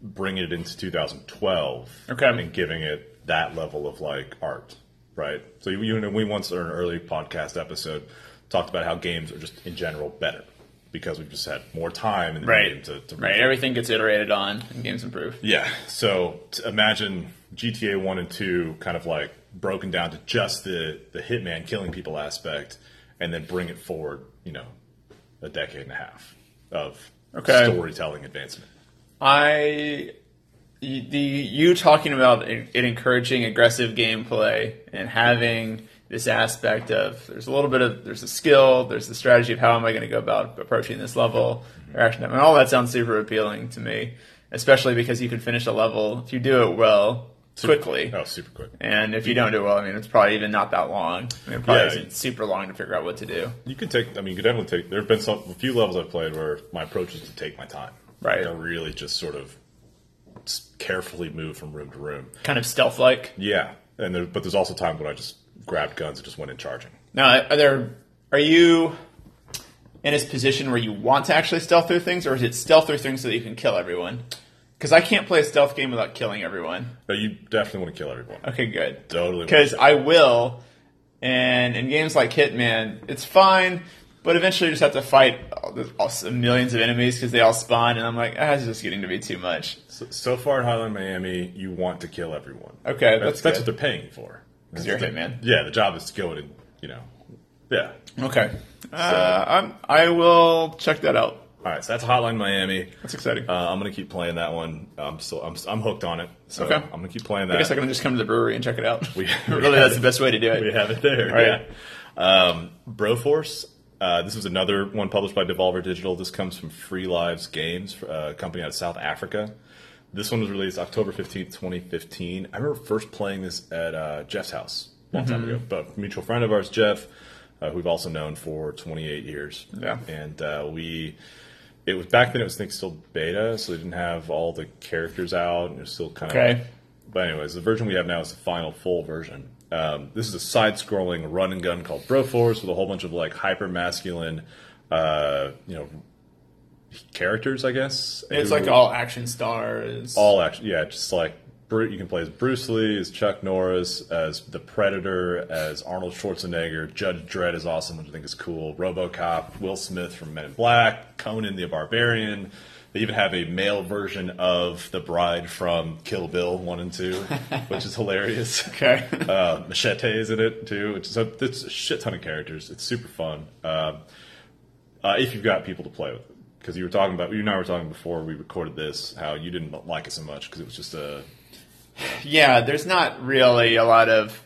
Speaker 1: bringing it into 2012,
Speaker 3: Okay.
Speaker 1: and giving it that level of like art, right? So you, you know, we once in an early podcast episode talked about how games are just in general better because we've just had more time in the
Speaker 3: Right.
Speaker 1: game to, to
Speaker 3: right. Everything gets iterated on and games improve.
Speaker 1: yeah. So t- imagine GTA One and Two kind of like broken down to just the the hitman killing people aspect, and then bring it forward, you know, a decade and a half of
Speaker 3: Okay.
Speaker 1: storytelling advancement.
Speaker 3: I y- the you talking about it it encouraging aggressive gameplay and having this aspect of there's a little bit of there's a skill, there's the strategy of how am I going to go about approaching this level, or action time, and all that sounds super appealing to me, especially because you can finish a level if you do it well quickly.
Speaker 1: Oh, super quick.
Speaker 3: And if you don't do it well, I mean, it's probably even not that long. I mean, it probably
Speaker 1: Yeah.
Speaker 3: isn't super long to figure out what to do.
Speaker 1: You could take. I mean, you could definitely take. There have been some a few levels I've played where my approach is to take my time.
Speaker 3: Right.
Speaker 1: Like I really just sort of s- carefully move from room to room.
Speaker 3: Kind of stealth like.
Speaker 1: Yeah. And there, but there's also times when I just grabbed guns and just went in charging.
Speaker 3: Now, are there are you in this position where you want to actually stealth through things, or is it stealth through things so that you can kill everyone? Because I can't play a stealth game without killing everyone.
Speaker 1: But you definitely want to kill everyone.
Speaker 3: Okay, good.
Speaker 1: Totally.
Speaker 3: Because I will, and in games like Hitman, it's fine, but eventually you just have to fight all the, all the millions of enemies because they all spawn, and I'm like, ah, it's just getting to be too much.
Speaker 1: So, so far in Highland Miami, you want to kill everyone.
Speaker 3: Okay,
Speaker 1: That's,
Speaker 3: that's
Speaker 1: that's what
Speaker 3: good.
Speaker 1: they're paying you for. Because
Speaker 3: you're a hitman.
Speaker 1: Yeah, the job is to go in and, you know. Yeah.
Speaker 3: Okay. Uh, I'm, I will check that out.
Speaker 1: All right, so that's Hotline Miami.
Speaker 3: That's exciting.
Speaker 1: Uh, I'm gonna keep playing that one. I'm still, I'm, I'm hooked on it. So
Speaker 3: Okay.
Speaker 1: I'm gonna keep playing that.
Speaker 3: I guess I can just come to the brewery and check it out.
Speaker 1: We-
Speaker 3: really, that's the best way to do it.
Speaker 1: we have it there.
Speaker 3: Right.
Speaker 1: Yeah. Um, Broforce. Uh, this is another one published by Devolver Digital. This comes from Free Lives Games, uh, a company out of South Africa. This one was released October 15th, 2015. I remember first playing this at uh, Jeff's house a long
Speaker 3: Mm-hmm.
Speaker 1: time ago, but a mutual friend of ours, Jeff, uh, who we've also known for 28 years.
Speaker 3: Yeah.
Speaker 1: And uh, we it was back then it was I think still beta, so they didn't have all the characters out and it was still kind
Speaker 3: Okay.
Speaker 1: of but anyways, the version we have now is the final full version. Um, this is a side-scrolling run and gun called Broforce with a whole bunch of like hyper-masculine, uh, you know, characters. I guess
Speaker 3: It's
Speaker 1: who-
Speaker 3: like all action stars.
Speaker 1: all action. Yeah, just like Bru- you can play as Bruce Lee, as Chuck Norris, as the Predator, as Arnold Schwarzenegger. Judge Dredd is awesome, which I think is cool. RoboCop, Will Smith from Men in Black, Conan the Barbarian. They even have a male version of the bride from Kill Bill One and Two, which is hilarious.
Speaker 3: okay.
Speaker 1: Uh, Machete is in it too. It's, so it's a shit ton of characters. It's super fun. Um, uh, if you've got people to play with, because you were talking about you and I were talking before we recorded this how you didn't like it so much because it was just a
Speaker 3: yeah, there's not really a lot of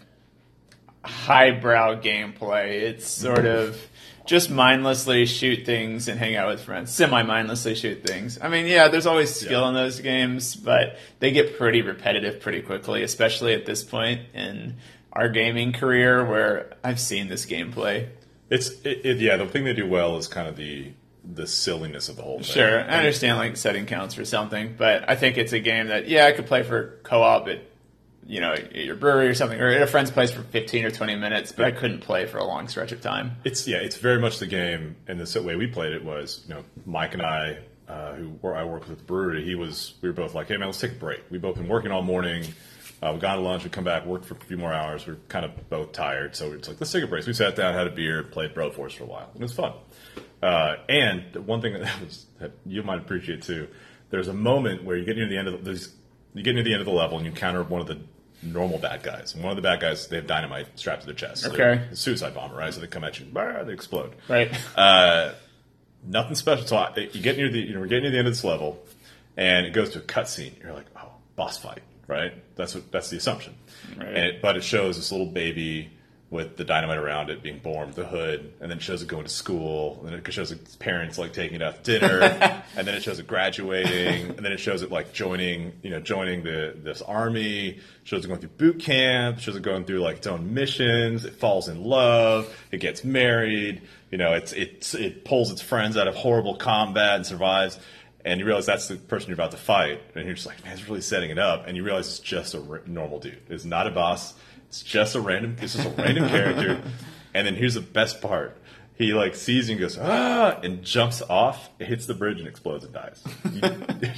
Speaker 3: highbrow gameplay. It's sort of just mindlessly shoot things and hang out with friends. Semi mindlessly shoot things. I mean, yeah, there's always skill
Speaker 1: Yeah.
Speaker 3: in those games, but they get pretty repetitive pretty quickly, especially at this point in our gaming career where I've seen this gameplay.
Speaker 1: It's it, it, yeah. The thing they do well is kind of the the silliness of the whole thing.
Speaker 3: Sure, I understand like setting counts for something, but I think it's a game that yeah, I could play for co-op at you know at your brewery or something, or at a friend's place for fifteen or twenty minutes, but I couldn't play for a long stretch of time.
Speaker 1: It's yeah, it's very much the game, and the s- way we played it was, you know, Mike and I, uh, who were, I worked with at the brewery, he was, we were both like, hey man, let's take a break. We've both been working all morning. Uh, we got to lunch, we come back, worked for a few more hours. We are kind of both tired, so it's like, let's take a break. So we sat down, had a beer, played Bro Force for a while, and it was fun. Uh, and the one thing that, was, that you might appreciate too, there's a moment where you get near the end of the, there's- you get near the end of the level and you encounter one of the normal bad guys. And one of the bad guys, they have dynamite strapped to their chest. So they're-
Speaker 3: Okay.
Speaker 1: a suicide bomber, right? So they come at you, bah, they explode.
Speaker 3: Right.
Speaker 1: Nothing special. So I, you get near the, you know, we're getting near the end of this level, and it goes to a cutscene. You're like, oh, boss fight, right? That's what that's the assumption.
Speaker 3: Right.
Speaker 1: And it, but it shows this little baby with the dynamite around it being born, with the hood, and then it shows it going to school, and then it shows its parents like taking it out to dinner, and then it shows it graduating, and then it shows it like joining, you know, joining the this army. Shows it going through boot camp. Shows it going through like its own missions. It falls in love. It gets married. You know, it's it's it pulls its friends out of horrible combat and survives and you realize that's the person you're about to fight, and you're just like, man, it's really setting it up, and you realize it's just a r- normal dude. It's not a boss. It's just a random. It's just a random character. And then here's the best part. He like sees you and goes ah, and jumps off, hits the bridge, and explodes and dies. You,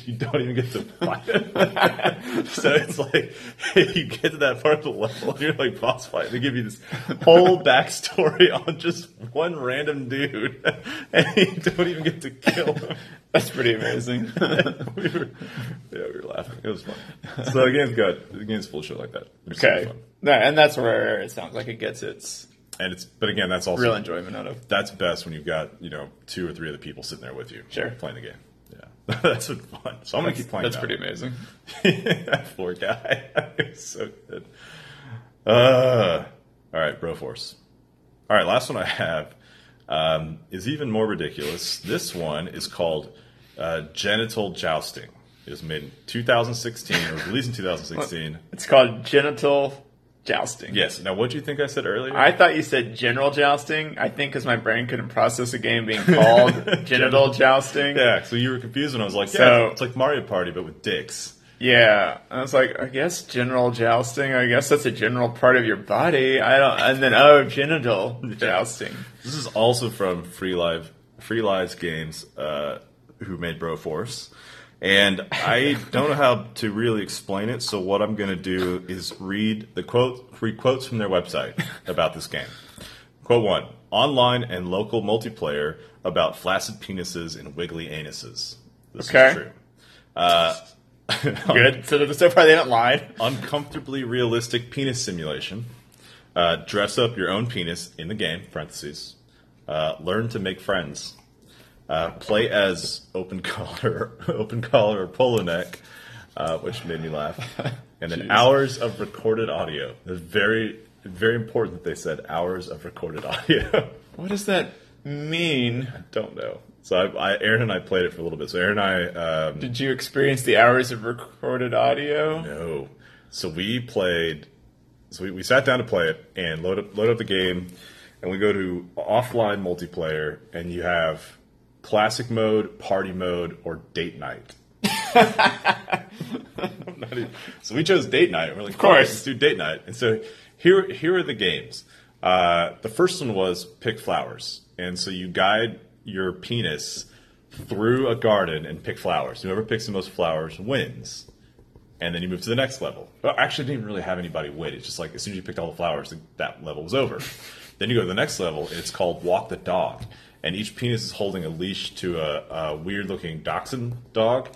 Speaker 1: you don't even get to fight him. so it's like you get to that part of the level, and you're like boss fight. They give you this whole backstory on just one random dude, and you don't even get to kill him
Speaker 3: That's pretty amazing.
Speaker 1: we were, yeah, we were laughing. It was fun. So the game's good. The game's full of shit like that. It's really
Speaker 3: okay,
Speaker 1: fun.
Speaker 3: That- and that's where it sounds like it gets its
Speaker 1: And it's, but again, that's also
Speaker 3: real enjoyment out of.
Speaker 1: that's best when you've got you know two or three other people sitting there with you,
Speaker 3: Sure.
Speaker 1: playing the game. Yeah, that's what's fun. So I'm gonna keep playing.
Speaker 3: That's
Speaker 1: that.
Speaker 3: pretty amazing.
Speaker 1: that poor guy. It's so good. Uh, all right, Broforce. All right, last one I have um, is even more ridiculous. This one is called uh, Genital Jousting. It was made in 2016. It was released in 2016.
Speaker 3: It's called genital jousting.
Speaker 1: yes. Now, what do you think I said earlier?
Speaker 3: I thought you said general jousting. I think because my brain couldn't process a game being called genital jousting.
Speaker 1: yeah. So you were confused, and I was like, yeah,
Speaker 3: So-
Speaker 1: it's like Mario Party, but with dicks.
Speaker 3: Yeah, I was like, I guess general jousting. I guess that's a general part of your body. I don't, and then oh, genital jousting.
Speaker 1: This is also from Free Live Free Lives Games, uh, who made Bro Force. And I don't know how to really explain it, so what I'm going to do is read the quote, read quotes from their website about this game. Quote one: Online and local multiplayer about flaccid penises and wiggly anuses. This
Speaker 3: Okay.
Speaker 1: is true. Uh,
Speaker 3: Good. So, th- so far they haven't lied.
Speaker 1: uncomfortably realistic penis simulation. Uh, dress up your own penis in the game. Parentheses. Uh, learn to make friends. Uh, play as open collar, open collar or polo neck, uh, which made me laugh. And then hours of recorded audio. It's Very, very important that they said hours of recorded audio.
Speaker 3: What does that mean?
Speaker 1: Don't know. So I, I, Aaron and I played it for a little bit. So Aaron and I um,
Speaker 3: Did you experience the hours of recorded audio?
Speaker 1: No. So we played. So we, we sat down to play it and load up load up the game, and we go to offline multiplayer, and you have classic mode, party mode, or date night. I'm not even- so we chose date night. We're like, of
Speaker 3: course.
Speaker 1: let's do date night. And so here here are the games. Uh, the first one was pick flowers, and so you guide your penis through a garden and pick flowers. Whoever picks the most flowers wins and then you move to the next level. Well, actually, I didn't really have anybody win. It's just like as soon as you picked all the flowers, that level was over. then you go to the next level, and it's called Walk the Dog, and each penis is holding a leash to a, a weird-looking dachshund dog,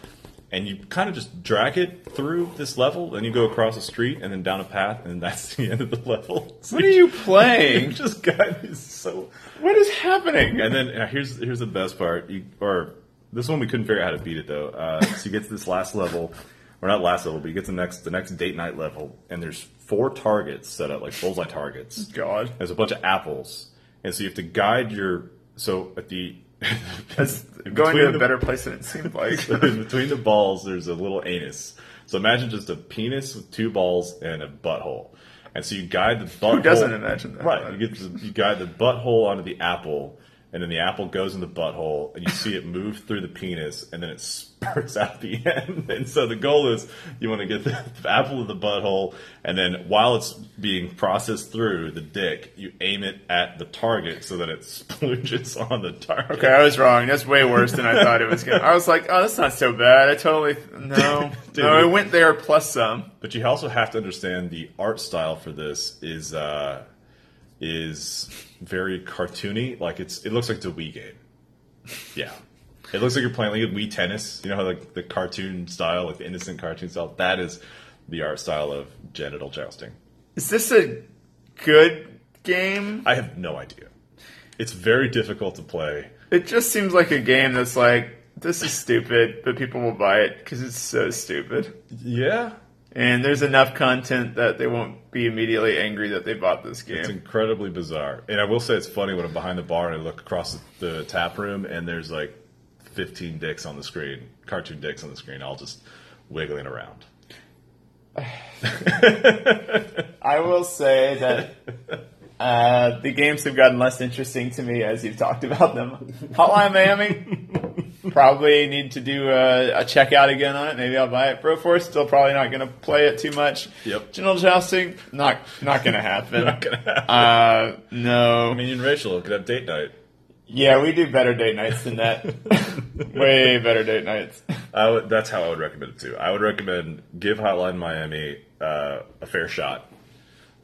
Speaker 1: and you kind of just drag it through this level, and you go across a street, and then down a path, and that's the end of the level. So
Speaker 3: What are
Speaker 1: you
Speaker 3: you playing?
Speaker 1: just got this so
Speaker 3: What is happening?
Speaker 1: and then uh, here's here's the best part. You, or this one we couldn't figure out how to beat it though. Uh, so you get to this last level or not last level, but you get to the next the next date night level, and there's four targets set up like bullseye targets.
Speaker 3: God.
Speaker 1: There's a bunch of apples, and so you have to guide your so at the
Speaker 2: That's going to
Speaker 1: between
Speaker 2: a
Speaker 1: the-
Speaker 2: better place than it seemed like.
Speaker 1: in between the balls, there's a little anus. So imagine just a penis with two balls and a butthole. And so you guide the butthole.
Speaker 2: doesn't imagine that?
Speaker 1: Right. You, get the, you guide the butthole onto the apple, and then the apple goes in the butthole, and you see it move through the penis, and then it spurts out the end. And so the goal is you want to get the, the apple to the butthole, and then while it's being processed through the dick, you aim it at the target so that it splooges on the target.
Speaker 2: Okay, I was wrong. That's way worse than I thought it was going to. I was like, oh, that's not so bad. I totally. No.
Speaker 1: Dude.
Speaker 2: no, it went there plus some.
Speaker 1: But you also have to understand the art style for this is uh, is very cartoony. Like it's it looks like it's a Wii game. Yeah, it looks like you're playing like Wii tennis. You know how like the cartoon style, like the innocent cartoon style. That is the art style of genital jousting.
Speaker 2: Is this a good game?
Speaker 1: I have no idea. It's very difficult to play.
Speaker 2: It just seems like a game that's like, this is stupid, but people will buy it because it's so stupid.
Speaker 1: Yeah,
Speaker 2: And there's enough content that they won't be immediately angry that they bought this
Speaker 1: It's
Speaker 2: game.
Speaker 1: incredibly bizarre. And I will say it's funny when I'm behind the bar and I look across the tap room and there's like 15 dicks on the screen, cartoon dicks on the screen, all just wiggling around.
Speaker 3: I will say that uh, the games have gotten less interesting to me as you've talked about them. Hotline Miami probably need to do a, a checkout again on it. Maybe I'll buy it. Broforce still probably not going to play it too much.
Speaker 1: Yep.
Speaker 3: General jousting not not going to happen.
Speaker 1: Not gonna happen.
Speaker 3: Uh, no.
Speaker 1: Me and Rachel could have date night.
Speaker 3: Yeah, we do better date nights than that. Way better date nights.
Speaker 1: I would, that's how I would recommend it too. I would recommend give Hotline Miami uh, a fair shot.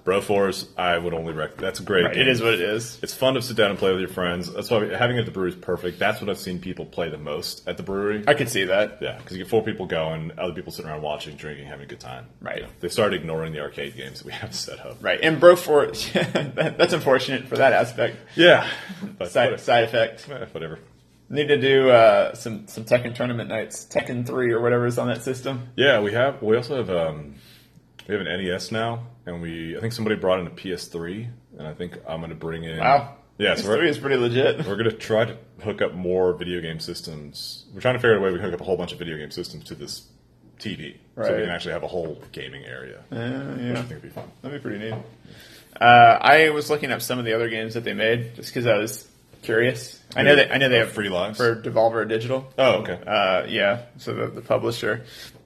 Speaker 1: Broforce, I would only recommend. That's a great.
Speaker 2: Right,
Speaker 1: game.
Speaker 2: it is what it is.
Speaker 1: It's fun to sit down and play with your friends. That's why having it at the brewery is perfect. That's what I've seen people play the most at the brewery.
Speaker 2: I could see that.
Speaker 1: Yeah, because you get four people going, other people sitting around watching, drinking, having a good time.
Speaker 3: Right.
Speaker 1: You know, they started ignoring the arcade games that we have set up.
Speaker 3: Right. And Broforce, that, that's unfortunate for that aspect.
Speaker 1: Yeah. But
Speaker 3: Side,
Speaker 1: whatever.
Speaker 3: side effect.
Speaker 1: Eh, whatever.
Speaker 3: Need to do uh, some some Tekken tournament nights, Tekken three or whatever is on that system.
Speaker 1: Yeah, we have. We also have. Um, we have an NES now, and we. I think somebody brought in a PS3, and I think I'm going to bring in.
Speaker 3: Wow,
Speaker 1: Yeah,
Speaker 3: this
Speaker 1: so
Speaker 3: three
Speaker 1: we're,
Speaker 3: is pretty legit.
Speaker 1: we're going to try to hook up more video game systems. We're trying to figure out a way we can hook up a whole bunch of video game systems to this TV, so
Speaker 3: Right.
Speaker 1: we can actually have a whole gaming area,
Speaker 3: Uh,
Speaker 1: which I
Speaker 3: yeah,
Speaker 1: think would be fun.
Speaker 3: that'd be pretty neat. Uh, I was looking up some of the other games that they made just because I was curious. I know that I know they
Speaker 1: Uh,
Speaker 3: have
Speaker 1: Free Lives?
Speaker 3: for Devolver Digital.
Speaker 1: Oh, okay.
Speaker 3: Uh, yeah, so the, the publisher.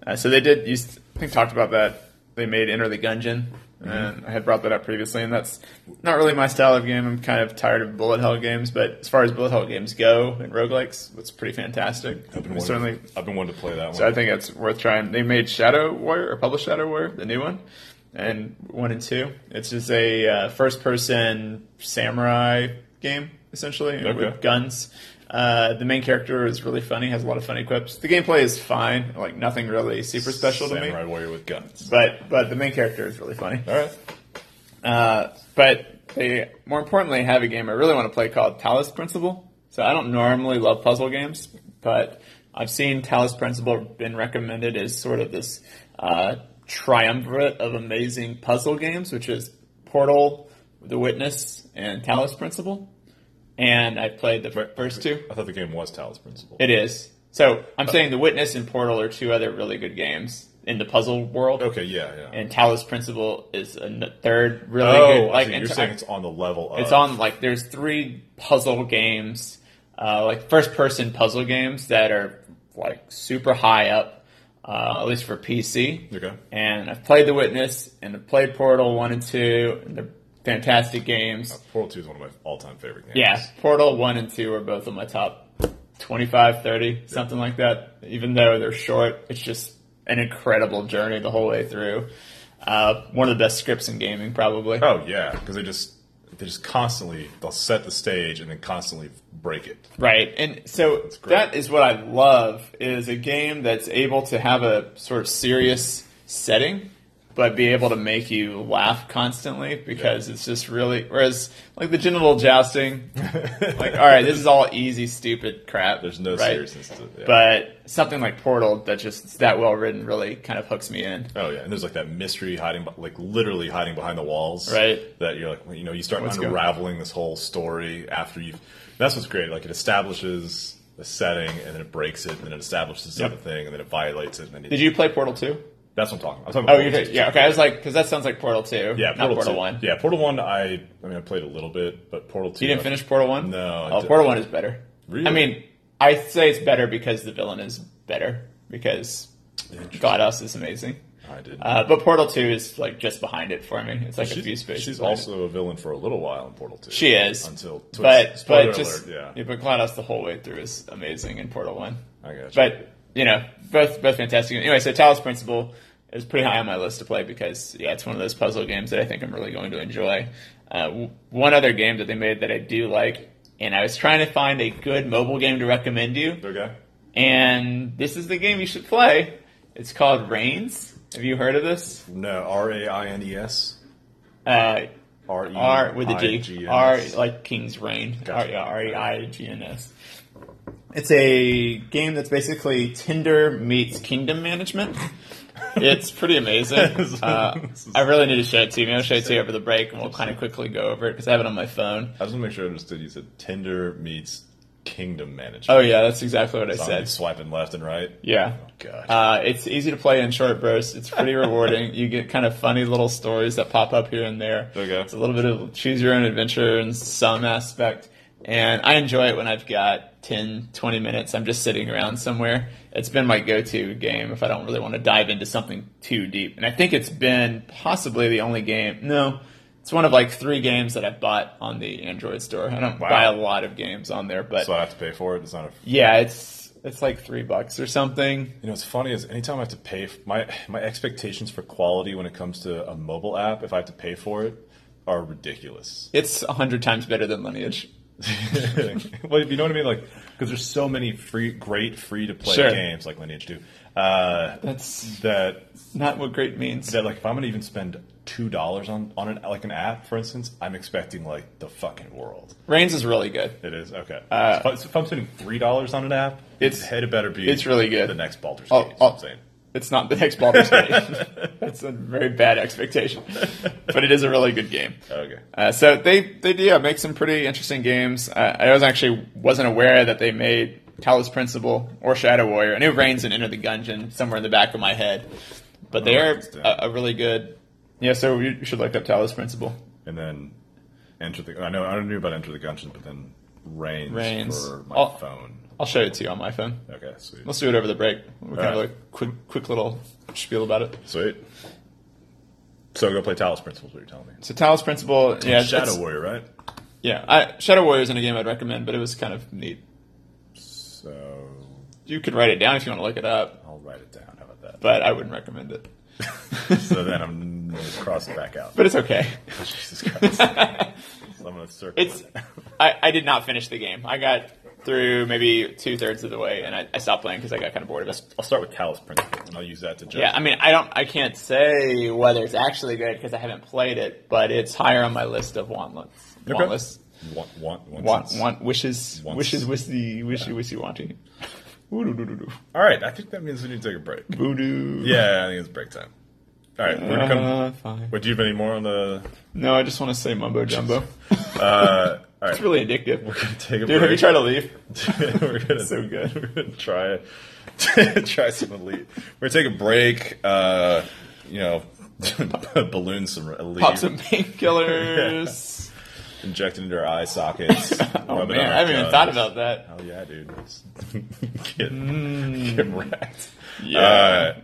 Speaker 3: Uh, so they did. You I think talked about that. They made Enter the Gungeon, and I had brought that up previously, and that's not really my style of game. I'm kind of tired of bullet hell games, but as far as bullet hell games go and roguelikes, it's pretty fantastic.
Speaker 1: I've been,
Speaker 3: We
Speaker 1: wanting,
Speaker 3: certainly.
Speaker 1: I've been wanting to play that one.
Speaker 3: So I think that's worth trying. They made Shadow Warrior or published Shadow Warrior, the new one, and one and two. It's just a uh, first-person samurai game essentially
Speaker 1: Okay.
Speaker 3: with guns. Uh, the main character is really funny, has a lot of funny quips. The gameplay is fine, like nothing really super special to
Speaker 1: Samurai
Speaker 3: me.
Speaker 1: Warrior with guns.
Speaker 3: But but the main character is really funny.
Speaker 1: All right.
Speaker 3: Uh, but they more importantly have a game I really want to play called Talus Principle. So I don't normally love puzzle games, but I've seen Talus Principle been recommended as sort of this uh, triumvirate of amazing puzzle games, which is Portal, The Witness, and Talus Principle. And I played the first two.
Speaker 1: I thought the game was Talos Principle.
Speaker 3: It is. So
Speaker 1: Oh.
Speaker 3: I'm saying The Witness and Portal are two other really good games in the puzzle world.
Speaker 1: okay, yeah, yeah.
Speaker 3: And Talus Principle is a n- third really
Speaker 1: oh,
Speaker 3: good.
Speaker 1: like, you're
Speaker 3: inter-
Speaker 1: saying it's on the level of.
Speaker 3: it's on like there's three puzzle games, uh, like first person puzzle games that are like super high up, uh, at least for PC.
Speaker 1: Okay.
Speaker 3: And I've played The Witness and I've played Portal one and two, and they're fantastic games.
Speaker 1: Portal 2 is one of my all time favorite games.
Speaker 3: Yeah, Portal one and two are both on my top 25, 30, something like that. Even though they're short, it's just an incredible journey the whole way through. Uh, one of the best scripts in gaming, probably.
Speaker 1: Oh, yeah, because they just. They just constantly they'll set the stage and then constantly break it.
Speaker 3: Right. And so
Speaker 1: great.
Speaker 3: that is what I love is a game that's able to have a sort of serious setting but be able to make you laugh constantly because it's just really. Whereas, like the genital jousting, like all right, this is all easy, stupid crap.
Speaker 1: There's no
Speaker 3: right?
Speaker 1: seriousness to it. yeah.
Speaker 3: But something like Portal that just it's that well written really kind of hooks me in.
Speaker 1: Oh yeah, and there's like that mystery hiding, be- like literally hiding behind the walls,
Speaker 3: Right.
Speaker 1: That you're like, well, you know, you start
Speaker 3: What's going-
Speaker 1: unraveling this whole story after you've. That's what's great. Like it establishes a setting, and then it breaks it, and then it establishes
Speaker 3: Yep.
Speaker 1: another thing, and then it violates it. And then you,
Speaker 3: Did you play Portal Two?
Speaker 1: That's what I'm talking. about. I'm talking
Speaker 3: Oh,
Speaker 1: about
Speaker 3: you
Speaker 1: Portal
Speaker 3: did.
Speaker 1: two.
Speaker 3: Yeah. Okay. I was like, because that sounds like Portal Two.
Speaker 1: Yeah,
Speaker 3: not
Speaker 1: Portal,
Speaker 3: Portal
Speaker 1: 2.
Speaker 3: One.
Speaker 1: Yeah, Portal One. I, I mean, I played a little bit, but Portal Two.
Speaker 3: You didn't
Speaker 1: I-
Speaker 3: finish Portal One?
Speaker 1: No, I
Speaker 3: Oh,
Speaker 1: didn't.
Speaker 3: Portal One is better.
Speaker 1: Really?
Speaker 3: I mean, I say it's better because the villain is better because Goddess is amazing.
Speaker 1: I did.
Speaker 3: Uh, but Portal Two is like just behind it for me. It's like a few
Speaker 1: she's
Speaker 3: spaces.
Speaker 1: she's
Speaker 3: behind it.
Speaker 1: also a villain for a little while in Portal Two.
Speaker 3: she is
Speaker 1: until twi-
Speaker 3: but
Speaker 1: spoiler
Speaker 3: but just
Speaker 1: alert.
Speaker 3: yeah,
Speaker 1: Yeah,
Speaker 3: but Goddess the whole way through is amazing in Portal One.
Speaker 1: I got you.
Speaker 3: But you know, both both fantastic. Anyway, so Talos Principle is pretty high on my list to play because yeah, it's one of those puzzle games that I think I'm really going to enjoy. Uh, w- one other game that they made that I do like, and I was trying to find a good mobile game to recommend you,
Speaker 1: okay.
Speaker 3: and this is the game you should play. It's called Reigns. Have you heard of this?
Speaker 1: No, R A I N E S.
Speaker 3: Uh,
Speaker 1: R E
Speaker 3: R with a
Speaker 1: I G
Speaker 3: G.
Speaker 1: N
Speaker 3: R
Speaker 1: S.
Speaker 3: like King's Reign.
Speaker 1: Gotcha.
Speaker 3: R yeah, R E I G N S. It's a game that's basically Tinder meets kingdom management. It's pretty amazing.
Speaker 1: This is-
Speaker 3: Uh,
Speaker 1: this is-
Speaker 3: I really need to show it to you. Maybe I'll show it to you over the break, and we'll kind of quickly go over it because I have it on my phone.
Speaker 1: I just want to make sure I understood. You said Tinder meets Kingdom Management.
Speaker 3: Oh yeah, that's exactly what I
Speaker 1: So I'm
Speaker 3: said.
Speaker 1: just swiping left and right.
Speaker 3: Yeah.
Speaker 1: Oh, God.
Speaker 3: Uh, it's easy to play in short bursts. It's pretty rewarding. you get kind of funny little stories that pop up here and there.
Speaker 1: Okay.
Speaker 3: It's a little bit of choose your own adventure in some aspect. And I enjoy it when I've got 10, 20 minutes. I'm just sitting around somewhere. It's been my go to game if I don't really want to dive into something too deep. And I think it's been possibly the only game. No. It's one of like three games that I bought on the Android store. I don't
Speaker 1: Wow.
Speaker 3: buy a lot of games on there, but
Speaker 1: so I have to pay for it. It's not a.
Speaker 3: yeah, it's it's like three bucks or something.
Speaker 1: You know, what's funny is anytime I have to pay f my my expectations for quality when it comes to a mobile app, if I have to pay for it, are ridiculous.
Speaker 3: It's a hundred times better than Lineage.
Speaker 1: well, you know what I mean, like because there's so many free, great free to play
Speaker 3: Sure.
Speaker 1: games like Lineage Two, uh,
Speaker 3: That's
Speaker 1: that
Speaker 3: not what great means.
Speaker 1: that like if I'm gonna even spend two dollars on on an like an app, for instance, I'm expecting like the fucking world.
Speaker 3: Reigns is really good.
Speaker 1: It is okay. if, I, if I'm spending three dollars on an app,
Speaker 3: Uh, It's-
Speaker 1: its head better be.
Speaker 3: it's really good.
Speaker 1: The next Baldur's
Speaker 3: Oh,
Speaker 1: Gate. is
Speaker 3: oh.
Speaker 1: what I'm saying.
Speaker 3: It's not the next Baldur's Gate. That's a very bad expectation, but it is a really good game.
Speaker 1: Okay.
Speaker 3: Uh, so they they do yeah, make some pretty interesting games. Uh, I was actually wasn't aware that they made Talos Principle or Shadow Warrior. I knew Reigns and Enter the Gungeon somewhere in the back of my head, but they are a, a really good. Yeah, so you should look up Talos Principle.
Speaker 1: And then enter the. I know I knew about enter the gungeon, but then Reigns,
Speaker 3: Reigns.
Speaker 1: for my
Speaker 3: Oh.
Speaker 1: phone.
Speaker 3: I'll show it to you on my phone.
Speaker 1: Okay, sweet,
Speaker 3: Let's do it over the break. We can have a
Speaker 1: Alright.
Speaker 3: quick quick little spiel about it.
Speaker 1: sweet. So go play Talos Principles. What you're telling me?
Speaker 3: So Talos Principle, yeah, it's-
Speaker 1: Shadow
Speaker 3: it's-
Speaker 1: Warrior, right?
Speaker 3: Yeah, I, Shadow Warrior isn't a game I'd recommend, but it was kind of neat.
Speaker 1: So
Speaker 3: You could write it down if you want to look it up,
Speaker 1: I'll write it down. How about that?
Speaker 3: but I wouldn't recommend it.
Speaker 1: so then I'm gonna cross it back out.
Speaker 3: But it's okay.
Speaker 1: Jesus Christ! so I'm gonna circle.
Speaker 3: It's.
Speaker 1: it.
Speaker 3: I, I did not finish the game. I got through maybe two thirds of the way, and I, I stopped playing because I got kind of bored of it.
Speaker 1: I'll start with Talos Principle, and I'll use that to judge.
Speaker 3: Yeah, I mean, I don't, I can't say whether it's actually good because I haven't played it, but it's higher on my list of want lists. Want
Speaker 1: Okay.
Speaker 3: lists.
Speaker 1: Want, want, want,
Speaker 3: Want,
Speaker 1: sense.
Speaker 3: want wishes.
Speaker 1: Wants.
Speaker 3: Wishes, wishy, wishy, wishy, wanting. Ooh-doo-doo-doo-doo.
Speaker 1: All right, I think that means we need to take a break.
Speaker 3: Voodoo.
Speaker 1: Yeah, I think it's break time. All right, we're gonna
Speaker 3: Uh,
Speaker 1: come.
Speaker 3: fine.
Speaker 1: Wait, do you have any more on the?
Speaker 3: No, I just want to say mumbo jumbo.
Speaker 1: Uh, all right,
Speaker 3: It's really addictive.
Speaker 1: we're gonna take a
Speaker 3: Dude, have you
Speaker 1: break.
Speaker 3: tried to leave?
Speaker 1: we're gonna
Speaker 3: So good.
Speaker 1: We're gonna try it. try some elite. We're gonna take a break. Uh, you know, balloon some elite,
Speaker 3: Pop some painkillers.
Speaker 1: inject it into our eye sockets.
Speaker 3: Oh man, I haven't even thought about that.
Speaker 1: Oh yeah, dude. get, get wrecked.
Speaker 3: Mm. Yeah.
Speaker 1: Uh,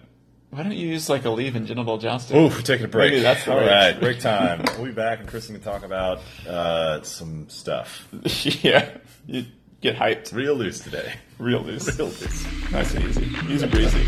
Speaker 3: Why don't you use like a leave and genital jousting?
Speaker 1: Ooh, Uh, we're taking a break.
Speaker 3: Maybe that's the
Speaker 1: All
Speaker 3: way.
Speaker 1: right, break time. We'll be back, and Chris can talk about uh, some stuff.
Speaker 3: yeah. You get hyped.
Speaker 1: Real loose today.
Speaker 3: Real loose.
Speaker 1: Real loose.
Speaker 3: Nice and easy. Easy breezy.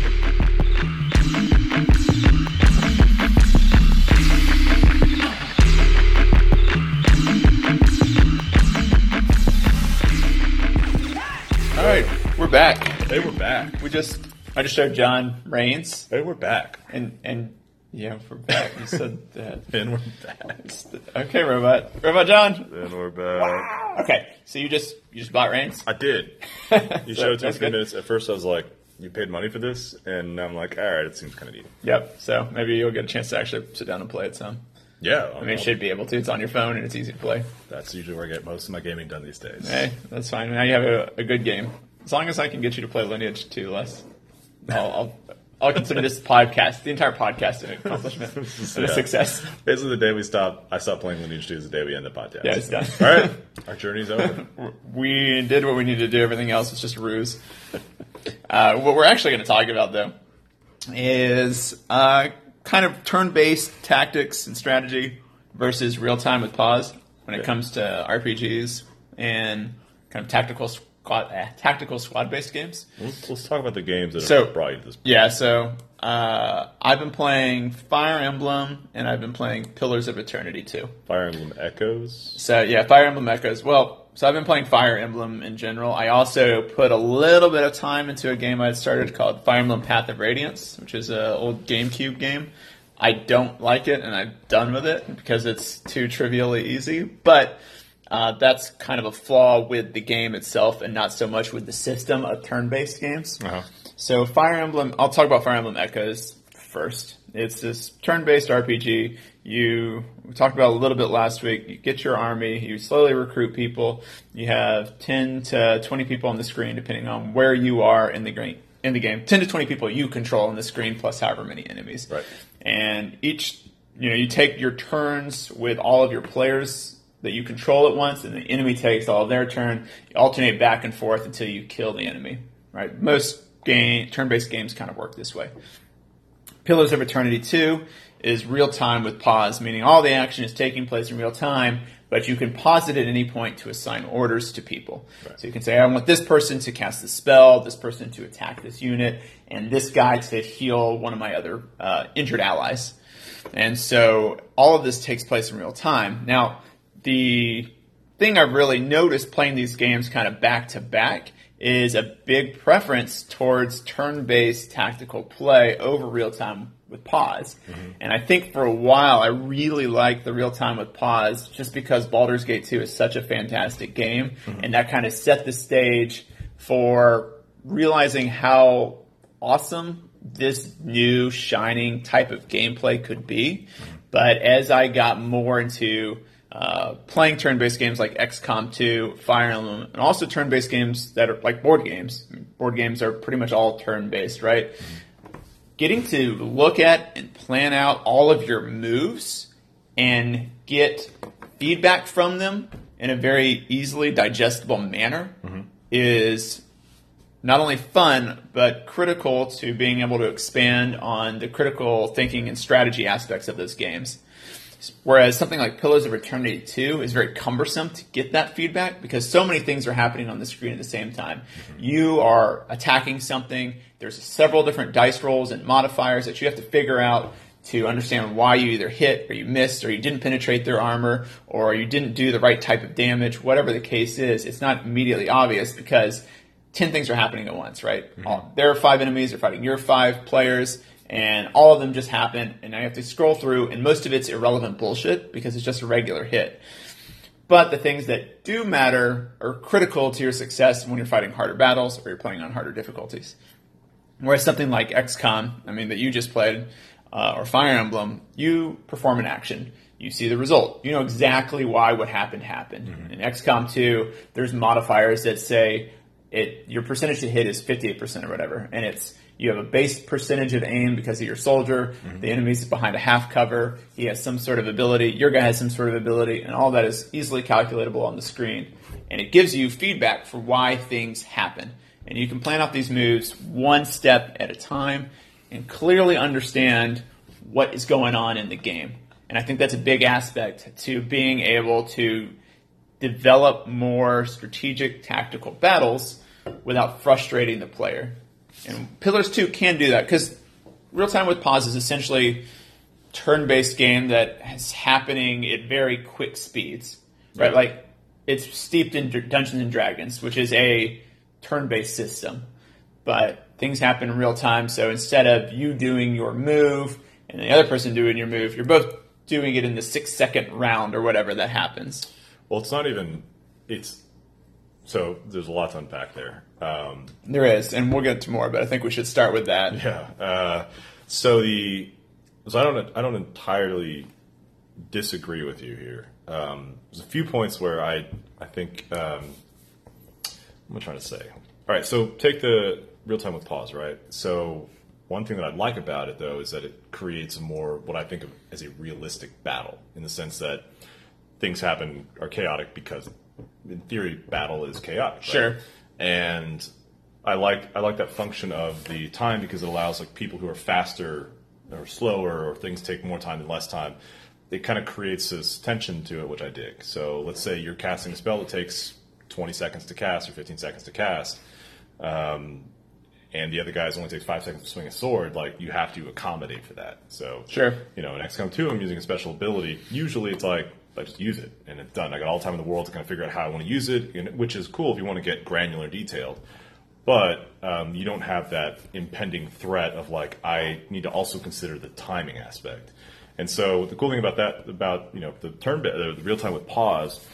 Speaker 3: All right, we're back.
Speaker 1: Hey, we're back.
Speaker 3: We just I just showed John Reigns
Speaker 1: Hey, we're back.
Speaker 3: and and Yeah, we're back. You said that.
Speaker 1: And we're back.
Speaker 3: Okay, robot. Robot John.
Speaker 1: And we're back.
Speaker 3: Okay, so you just you just bought reins.
Speaker 1: I did. You showed it to me
Speaker 3: that's
Speaker 1: for three
Speaker 3: good.
Speaker 1: minutes. At first, I was like, "You paid money for this," and I'm like, "All right, it seems kind of neat."
Speaker 3: Yep. So maybe you'll get a chance to actually sit down and play it some.
Speaker 1: Yeah,
Speaker 3: I mean, you should be able to. It's on your phone and it's easy to play.
Speaker 1: That's usually where I get most of my gaming done these days.
Speaker 3: Hey, that's fine. Now you have a, a good game. As long as I can get you to play Lineage 2 less, I'll, I'll, I'll consider this podcast, the entire podcast, an accomplishment and a
Speaker 1: Yeah.
Speaker 3: success.
Speaker 1: Basically, the day we stop, I stop playing Lineage 2 is the day we end the podcast.
Speaker 3: Yeah, it's done.
Speaker 1: All right, our journey's over.
Speaker 3: We did what we needed to do. Everything else was just a ruse. Uh, what we're actually going to talk about, though, is uh, kind of turn-based tactics and strategy versus real-time with pause when it comes to RPGs and kind of tactical squad, eh, tactical squad-based games.
Speaker 1: let's, let's talk about the games that
Speaker 3: So-
Speaker 1: have brought you to this.
Speaker 3: Yeah, so uh, I've been playing Fire Emblem and I've been playing Pillars of Eternity too.
Speaker 1: Fire Emblem Echoes.
Speaker 3: So yeah, Fire Emblem Echoes. Well, so I've been playing Fire Emblem in general. I also put a little bit of time into a game I had started called Fire Emblem Path of Radiance, which is an old GameCube game. I don't like it, and I'm done with it because it's too trivially easy. But uh, that's kind of a flaw with the game itself, and not so much with the system of turn-based games.
Speaker 1: Uh-huh.
Speaker 3: So Fire Emblem, I'll talk about Fire Emblem Echoes first. It's this turn-based RPG. You we talked about it a little bit last week. You get your army, you slowly recruit people. You have 10 to 20 people on the screen depending on where you are in the game. In the game, 10 to 20 people you control on the screen plus however many enemies.
Speaker 1: Right.
Speaker 3: And each, you know, you take your turns with all of your players that you control at once, and the enemy takes all of their turn. You alternate back and forth until you kill the enemy. Right? Most game turn-based games kind of work this way. Pillars of Eternity 2 is real time with pause, meaning all the action is taking place in real time, but you can pause it at any point to assign orders to people. So you can say, I want this person to cast this spell, this person to attack this unit, and this guy to heal one of my other uh, injured allies. And so all of this takes place in real time. Now, the thing I've really noticed playing these games kind of back to back is a big preference towards turn based tactical play over real time with pause. And I think for a while I really liked the real time with pause just because Baldur's Gate 2 is such a fantastic game and that kind of set the stage for realizing how awesome this new shining type of gameplay could be. But as I got more into uh, playing turn-based games like XCOM 2, Fire Emblem, and also turn-based games that are like board games. Board games are pretty much all turn-based, right? Getting to look at and plan out all of your moves and get feedback from them in a very easily digestible manner is not only fun but critical to being able to expand on the critical thinking and strategy aspects of those games. Whereas something like Pillars of Eternity 2 is very cumbersome to get that feedback because so many things are happening on the screen at the same time. You are attacking something, there's several different dice rolls and modifiers that you have to figure out to understand why you either hit or you missed or you didn't penetrate their armor or you didn't do the right type of damage, whatever the case is. It's not immediately obvious because 10 things are happening at once, right? All, there are five enemies, they're fighting your five players, and all of them just happen, and I have to scroll through, and most of it's irrelevant bullshit because it's just a regular hit. But the things that do matter are critical to your success when you're fighting harder battles or you're playing on harder difficulties. Whereas something like XCOM, I mean, that you just played, uh, or Fire Emblem, you perform an action. You see the result. You know exactly why what happened happened. In XCOM 2, there's modifiers that say it your percentage to hit is 58% or whatever, and it's you have a base percentage of aim because of your soldier. The enemy's behind a half cover. He has some sort of ability. Your guy has some sort of ability, and all that is easily calculatable on the screen. And it gives you feedback for why things happen and you can plan out these moves one step at a time and clearly understand what is going on in the game. And I think that's a big aspect to being able to develop more strategic tactical battles without frustrating the player. And Pillars 2 can do that because real time with pause is essentially turn-based game that is happening at very quick speeds, right?
Speaker 1: Yeah.
Speaker 3: Like it's steeped in Dr- Dungeons and Dragons, which is a turn-based system, but things happen in real time. So instead of you doing your move and the other person doing your move, you're both doing it in the six second round or whatever that happens.
Speaker 1: Well, it's not even. It's so there's a lot to unpack there. Um,
Speaker 3: There is, and we'll get to more, but I think we should start with that.
Speaker 1: yeah. Uh, so the so I don't I don't entirely disagree with you here. Um, there's a few points where I I think um, what am I trying to say? All right, so take the real time with pause, right? So one thing that I like about it though is that it creates more what I think of as a realistic battle in the sense that things happen are chaotic because in theory battle is chaotic. right?
Speaker 3: Sure.
Speaker 1: And I like I like that function of the time because it allows like people who are faster or slower or things take more time than less time. It kind of creates this tension to it, which I dig. So let's say you're casting a spell that takes 20 seconds to cast or 15 seconds to cast, um, and the other guy's only takes five seconds to swing a sword. Like you have to accommodate for that. So
Speaker 3: Sure.
Speaker 1: you know, in XCOM 2, I'm using a special ability. Usually, it's like I just use it and it's done. I got all the time in the world to kind of figure out how I want to use it, and, which is cool if you want to get granular detailed. But um, you don't have that impending threat of like I need to also consider the timing aspect. And so the cool thing about that, about you know, the turn, ba- the real time with pause,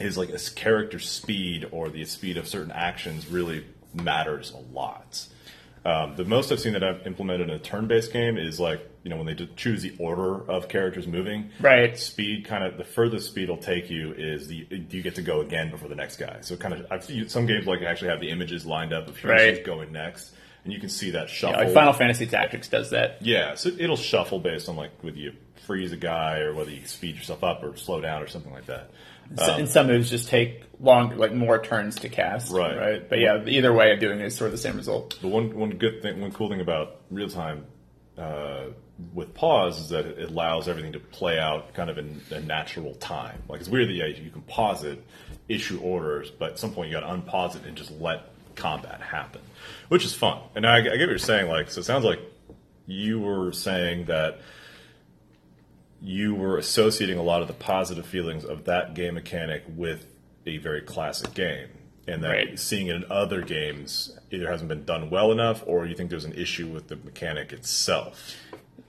Speaker 1: is like this character speed or the speed of certain actions really matters a lot. Um, the most I've seen that I've implemented in a turn-based game is like you know when they d- choose the order of characters moving.
Speaker 2: Right.
Speaker 1: Speed kind of the furthest speed will take you is the you get to go again before the next guy. So kind of I've seen some games like actually have the images lined up of who's
Speaker 2: Right.
Speaker 1: going next, and you can see that shuffle.
Speaker 3: Like Final Fantasy Tactics does that.
Speaker 1: Yeah, so it'll shuffle based on like whether you freeze a guy or whether you speed yourself up or slow down or something like that.
Speaker 3: S- and some moves just take longer, like more turns to cast.
Speaker 1: Right.
Speaker 3: Right. But yeah, either way of doing it is sort of the same result.
Speaker 1: The one one good thing, one cool thing about real time uh, with pause is that it allows everything to play out kind of in a natural time. Like it's weird that yeah, you can pause it, issue orders, but at some point you got to unpause it and just let combat happen, which is fun. And I, I get what you're saying. Like so, it sounds like you were saying that you were associating a lot of the positive feelings of that game mechanic with a very classic game. And that
Speaker 3: Right.
Speaker 1: seeing it in other games either hasn't been done well enough or you think there's an issue with the mechanic itself.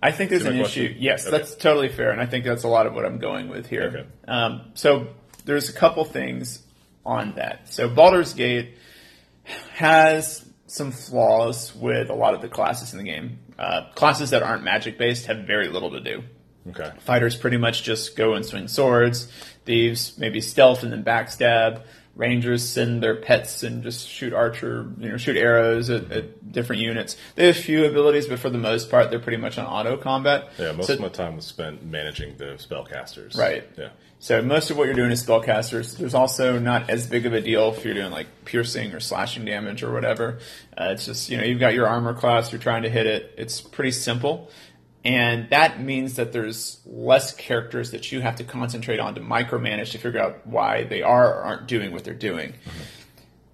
Speaker 3: I think there's
Speaker 1: See my
Speaker 3: an
Speaker 1: question?
Speaker 3: issue. Yes,
Speaker 1: Okay.
Speaker 3: that's totally fair, and I think that's a lot of what I'm going with here.
Speaker 1: Okay.
Speaker 3: Um, so there's a couple things on that. So Baldur's Gate has some flaws with a lot of the classes in the game. Uh, classes that aren't magic based have very little to do.
Speaker 1: Okay.
Speaker 3: Fighters pretty much just go and swing swords. Thieves maybe stealth and then backstab. Rangers send their pets and just shoot archer, you know, shoot arrows at, at different units. They have a few abilities, but for the most part, they're pretty much on auto combat.
Speaker 1: Yeah, most
Speaker 3: so,
Speaker 1: of my time was spent managing the spellcasters.
Speaker 3: Right.
Speaker 1: Yeah.
Speaker 3: so most of what you're doing is spellcasters. There's also not as big of a deal if you're doing like piercing or slashing damage or whatever. Uh, it's just you know you've got your armor class, you're trying to hit it. It's pretty simple, and that means that there's less characters that you have to concentrate on to micromanage to figure out why they are or aren't doing what they're doing.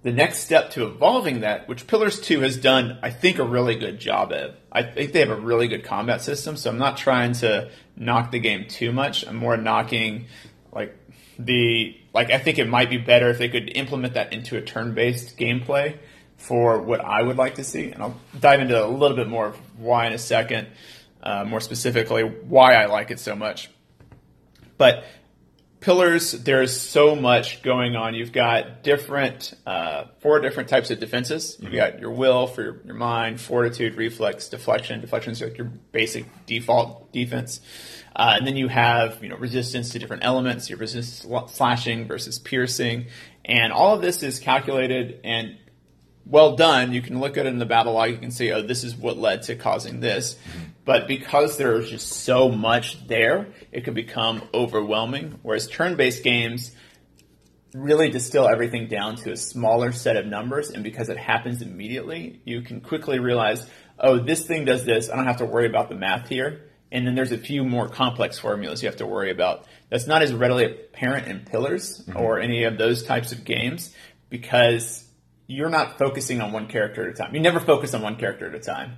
Speaker 3: The next step to evolving that, which Pillars 2 has done, I think, a really good job of. I think they have a really good combat system, so I'm not trying to knock the game too much. I'm more knocking, like, the. Like, I think it might be better if they could implement that into a turn based gameplay for what I would like to see. And I'll dive into a little bit more of why in a second, uh, more specifically, why I like it so much. But pillars there's so much going on you've got different uh, four different types of defenses you've got your will for your, your mind fortitude reflex deflection deflection is like your basic default defense uh, and then you have you know resistance to different elements your resistance to sla- slashing versus piercing and all of this is calculated and well done. You can look at it in the battle log. You can see, oh, this is what led to causing this. But because there's just so much there, it can become overwhelming. Whereas turn-based games really distill everything down to a smaller set of numbers. And because it happens immediately, you can quickly realize, oh, this thing does this. I don't have to worry about the math here. And then there's a few more complex formulas you have to worry about. That's not as readily apparent in Pillars or any of those types of games because you're not focusing on one character at a time. You never focus on one character at a time.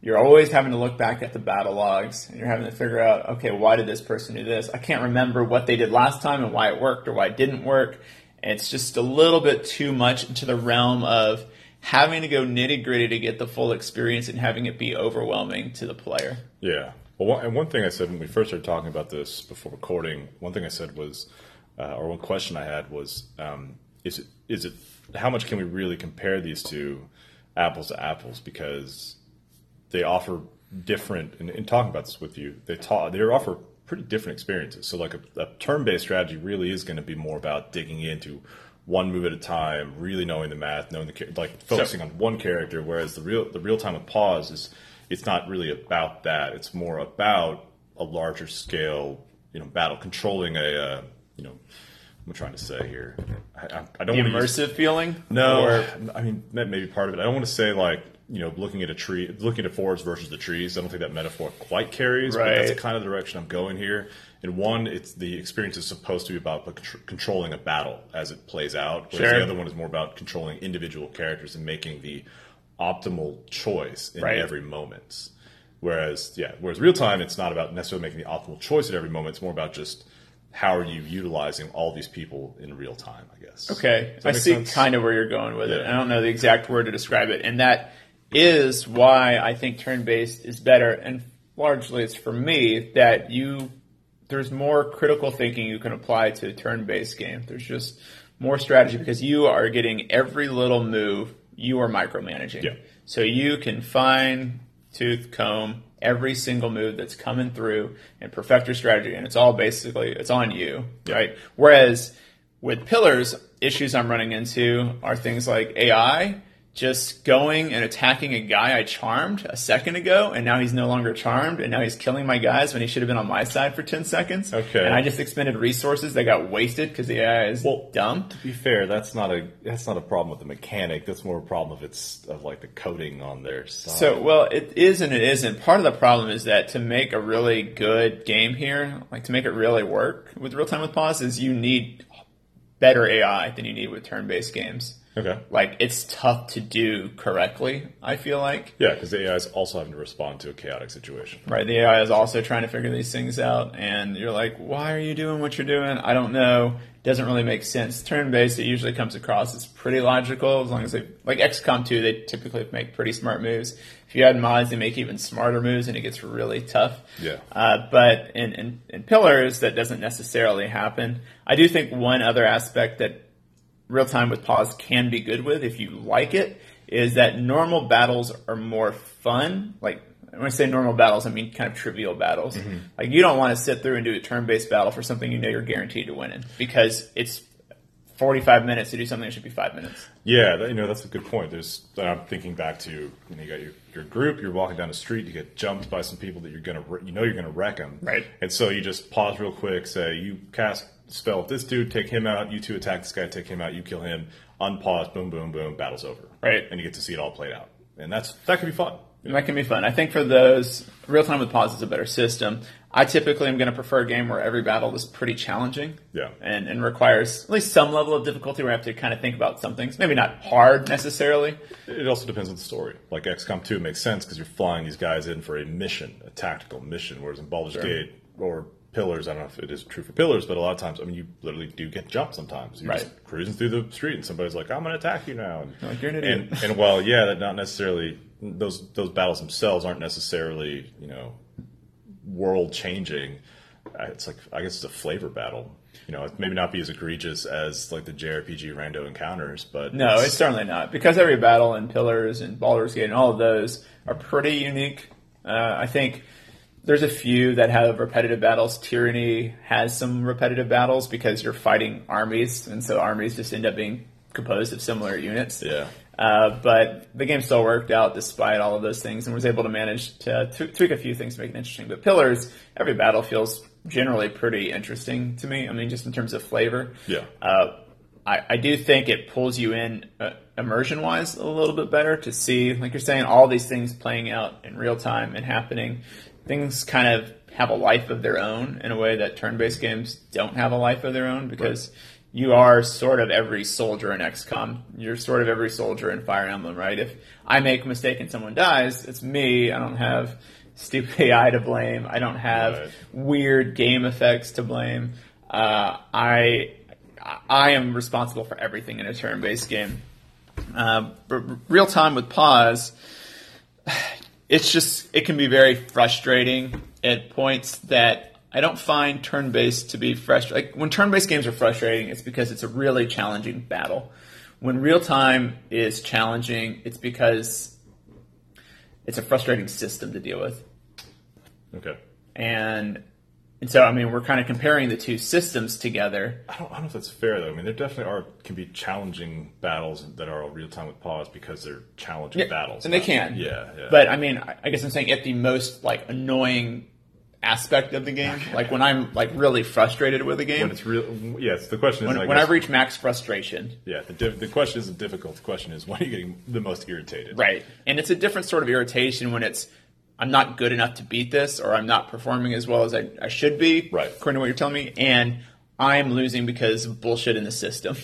Speaker 3: You're always having to look back at the battle logs and you're having to figure out, okay, why did this person do this? I can't remember what they did last time and why it worked or why it didn't work. And it's just a little bit too much into the realm of having to go nitty gritty to get the full experience and having it be overwhelming to the player.
Speaker 1: Yeah. Well, one, and one thing I said when we first started talking about this before recording, one thing I said was, uh, or one question I had was, um, is it is it how much can we really compare these two apples to apples because they offer different and, and talking about this with you they ta they offer pretty different experiences so like a, a term-based strategy really is going to be more about digging into one move at a time really knowing the math knowing the char- like focusing on one character whereas the real the real time with pause is it's not really about that it's more about a larger scale you know battle controlling a uh, you know i'm trying to say here i, I, I don't
Speaker 3: The
Speaker 1: wanna use-
Speaker 3: immersive feeling?
Speaker 1: no,
Speaker 3: Or,
Speaker 1: I mean that may be part of it. I don't want to say like you know looking at a tree, looking at a forest versus the trees. I don't think that metaphor quite carries, but
Speaker 2: Right.
Speaker 1: that's kind of the direction I'm going here. And one, it's the experience is supposed to be about contr- controlling a battle as it plays out, whereas
Speaker 2: Sure.
Speaker 1: the other one is more about controlling individual characters and making the optimal choice in
Speaker 2: Right.
Speaker 1: every moment. Whereas, yeah, whereas real time, it's not about necessarily making the optimal choice at every moment. It's more about just how are you utilizing all these people in real time, I guess.
Speaker 3: Okay,
Speaker 1: Does that
Speaker 3: I
Speaker 1: make
Speaker 3: see
Speaker 1: sense?
Speaker 3: kind of where you're going with it.
Speaker 1: Yeah.
Speaker 3: I don't know the exact word to describe it, and that is why I think turn-based is better. And largely, it's for me that you there's more critical thinking you can apply to a turn-based game. There's just more strategy because you are getting every little move. You are micromanaging,
Speaker 1: Yeah.
Speaker 3: so you can fine tooth comb every single move that's coming through and perfect your strategy. And it's all basically it's on you, right? Whereas with pillars, issues I'm running into are things like AI just going and attacking a guy I charmed a second ago, and now he's no longer charmed, and now he's killing my guys when he should have been on my side for 10 seconds.
Speaker 1: Okay.
Speaker 3: And I just expended resources that got wasted because the AI is
Speaker 1: Well-
Speaker 3: dumb.
Speaker 1: To be fair, that's not a that's not a problem with the mechanic. That's more a problem of it's of like the coding on their side.
Speaker 3: So, well, it is and it isn't. Part of the problem is that to make a really good game here, like to make it really work with real time with pause, is you need better AI than you need with turn based games.
Speaker 1: okay,
Speaker 3: Like, it's tough to do correctly, I feel like.
Speaker 1: yeah, because the AI is also having to respond to a chaotic situation.
Speaker 3: Right? The AI is also trying to figure these things out, and you're like, why are you doing what you're doing? I don't know. Doesn't really make sense. Turn based, it usually comes across as pretty logical as long as they, like XCOM 2, they typically make pretty smart moves. If you add mods, they make even smarter moves, and it gets really tough.
Speaker 1: Yeah.
Speaker 3: Uh, but in, in, in Pillars, that doesn't necessarily happen. I do think one other aspect that real time with pause can be good with if you like it is that normal battles are more fun. Like when I say normal battles, I mean kind of trivial battles. Like you don't want to sit through and do a turn-based battle for something you know you're guaranteed to win in because it's 45 minutes to do something that should be five minutes.
Speaker 1: Yeah, that, you know that's a good point. There's I'm thinking back to you, know, you got your, your group, you're walking down the street, you get jumped by some people that you're gonna wr- you know you're gonna wreck them,
Speaker 3: Right.
Speaker 1: And so you just pause real quick, say you cast spell at this dude, take him out. You two attack this guy, take him out. You kill him. Unpause, boom, boom, boom. Battle's over,
Speaker 3: Right.
Speaker 1: And you get to see it all played out, and that's that could be fun.
Speaker 3: And That can be fun. I think for those, real time with pause is a better system. I typically am going to prefer a game where every battle is pretty challenging.
Speaker 1: Yeah.
Speaker 3: And, and requires at least some level of difficulty where I have to kind of think about some things. Maybe not hard necessarily.
Speaker 1: It also depends on the story. Like XCOM 2 makes sense because you're flying these guys in for a mission, a tactical mission, whereas in Baldur's Gate or Pillars, I don't know if it is true for Pillars, but a lot of times, I mean, you literally do get jumped sometimes. You're just
Speaker 3: Right.
Speaker 1: cruising through the street and somebody's like, I'm going to attack you now. And,
Speaker 3: Like, you're an idiot.
Speaker 1: And, and while, yeah, that not necessarily, those, those battles themselves aren't necessarily, you know, world changing. It's like, I guess it's a flavor battle. You know, it maybe not be as egregious as like the JRPG rando encounters, but
Speaker 3: No, it's certainly not because every battle and pillars and Baldur's Gate and all of those are pretty unique. Uh, I think there's a few that have repetitive battles. Tyranny has some repetitive battles because you're fighting armies, and so armies just end up being composed of similar units.
Speaker 1: yeah.
Speaker 3: Uh, but the game still worked out despite all of those things and was able to manage to t- tweak a few things to make it interesting. But Pillars, every battle feels generally pretty interesting to me. I mean, just in terms of flavor.
Speaker 1: Yeah.
Speaker 3: Uh, I, I do think it pulls you in uh, immersion wise a little bit better to see, like you're saying, all these things playing out in real time and happening. Things kind of have a life of their own in a way that turn based games don't have a life of their own because you are sort of every soldier in XCOM. You're sort of every soldier in Fire Emblem, right? If I make a mistake and someone dies, it's me. I don't have stupid AI to blame. I don't have
Speaker 1: Right.
Speaker 3: weird game effects to blame. Uh, I I am responsible for everything in a turn-based game. Uh, but real time with pause, it's just it can be very frustrating at points that I don't find turn based to be frustrating. Like when turn based games are frustrating, it's because it's a really challenging battle. When real time is challenging, it's because it's a frustrating system to deal with.
Speaker 1: Okay.
Speaker 3: And and so I mean we're kind of comparing the two systems together.
Speaker 1: I don't, I don't know if that's fair though. I mean, there definitely are can be challenging battles that are all real time with pause because they're challenging
Speaker 3: Yeah,
Speaker 1: battles,
Speaker 3: and they
Speaker 1: not-
Speaker 3: can.
Speaker 1: Yeah, yeah.
Speaker 3: But I mean, I I guess I'm saying at the most like annoying aspect of the game, like when I'm like really frustrated with a game,
Speaker 1: when it's real, yes. The question is
Speaker 3: when,
Speaker 1: I
Speaker 3: when I
Speaker 1: guess-
Speaker 3: reach max frustration,
Speaker 1: Yeah, the, diff- the question isn't difficult. The question is, when are you getting the most irritated?
Speaker 3: Right. And it's a different sort of irritation when it's I'm not good enough to beat this or I'm not performing as well as I, I should be.
Speaker 1: Right.
Speaker 3: According to what you're telling me. And I'm losing because of bullshit in the system.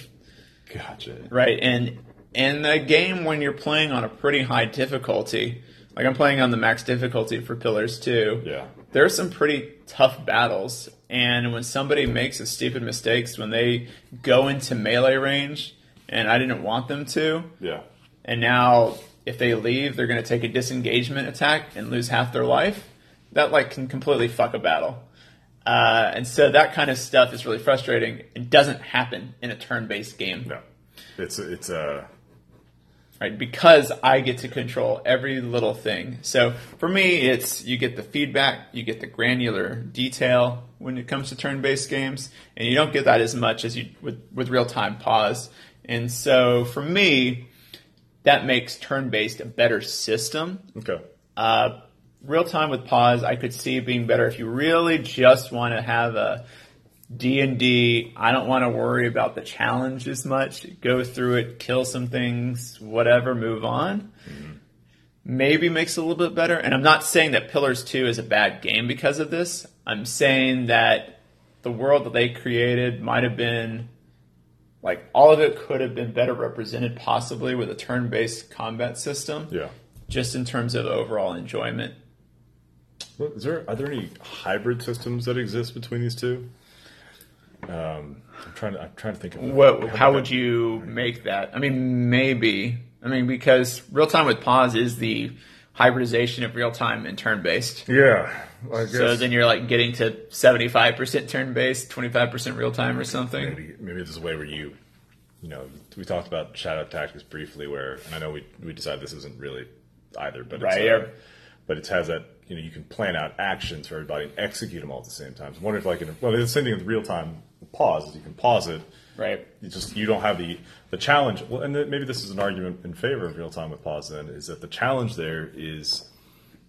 Speaker 1: Gotcha.
Speaker 3: Right. And in the game when you're playing on a pretty high difficulty, like I'm playing on the max difficulty for Pillars 2.
Speaker 1: Yeah.
Speaker 3: There are some pretty tough battles. And when somebody makes a stupid mistakes, when they go into melee range and I didn't want them to,
Speaker 1: Yeah.
Speaker 3: and now if they leave, they're going to take a disengagement attack and lose half their life. That like can completely fuck a battle, uh, and so that kind of stuff is really frustrating. It doesn't happen in a turn-based game,
Speaker 1: No, it's it's uh
Speaker 3: right? Because I get to control every little thing. So for me, it's you get the feedback, you get the granular detail when it comes to turn-based games, and you don't get that as much as you with with real-time pause. And so for me, that makes turn-based a better system.
Speaker 1: okay.
Speaker 3: Uh, real time with pause, I could see being better if you really just want to have a D and D. I don't want to worry about the challenge as much. Go through it, kill some things, whatever, move on. Maybe makes it a little bit better. And I'm not saying that Pillars Two is a bad game because of this. I'm saying that the world that they created might have been like all of it could have been better represented possibly with a turn-based combat system
Speaker 1: Yeah.
Speaker 3: just in terms of overall enjoyment.
Speaker 1: Well, Is there are there any hybrid systems that exist between these two? Um, I'm trying to I'm trying to think of
Speaker 3: What? How would
Speaker 1: I-
Speaker 3: you make that? I mean, maybe. I mean, because real time with pause is the hybridization of real time and turn based.
Speaker 1: Yeah, I guess
Speaker 3: So then you're like getting to seventy five percent turn based, twenty five percent real time, or something.
Speaker 1: maybe maybe there's a way where you you know we talked about shadow tactics briefly where and i know we we decided this isn't really either but
Speaker 3: Right,
Speaker 1: it's, uh,
Speaker 3: yeah.
Speaker 1: but it has that you know you can plan out actions for everybody and execute them all at the same time so i'm wondering if like in well it's the same thing with real time pause is you can pause it
Speaker 3: Right.
Speaker 1: you just you don't have the the challenge well and then maybe this is an argument in favor of real time with pause then is that the challenge there is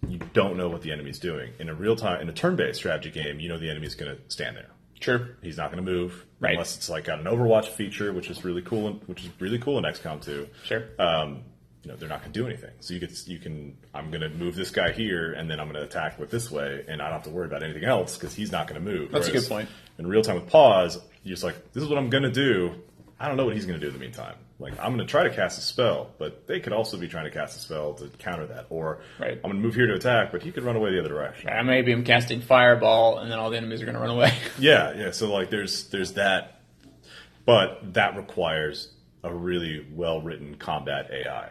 Speaker 1: you don't know what the enemy's doing in a real time in a turn-based strategy game you know the enemy's going to stand there
Speaker 3: Sure.
Speaker 1: he's not going to move
Speaker 3: Right.
Speaker 1: unless it's like got an Overwatch feature, which is really cool, and which is really cool in XCOM 2.
Speaker 3: Sure.
Speaker 1: Um, you know, they're not going to do anything. So you could you can I'm going to move this guy here, and then I'm going to attack with this way, and I don't have to worry about anything else because he's not going to move.
Speaker 3: That's a good point.
Speaker 1: In real time with pause, you're just like, this is what I'm going to do. I don't know what he's going to do in the meantime. Like I'm going to try to cast a spell, but they could also be trying to cast a spell to counter that, or
Speaker 3: Right.
Speaker 1: I'm going to move here to attack, but he could run away the other direction.
Speaker 3: I maybe I'm casting fireball, and then all the enemies are going to run away.
Speaker 1: Yeah, yeah. So like, there's there's that, but that requires a really well written combat AI.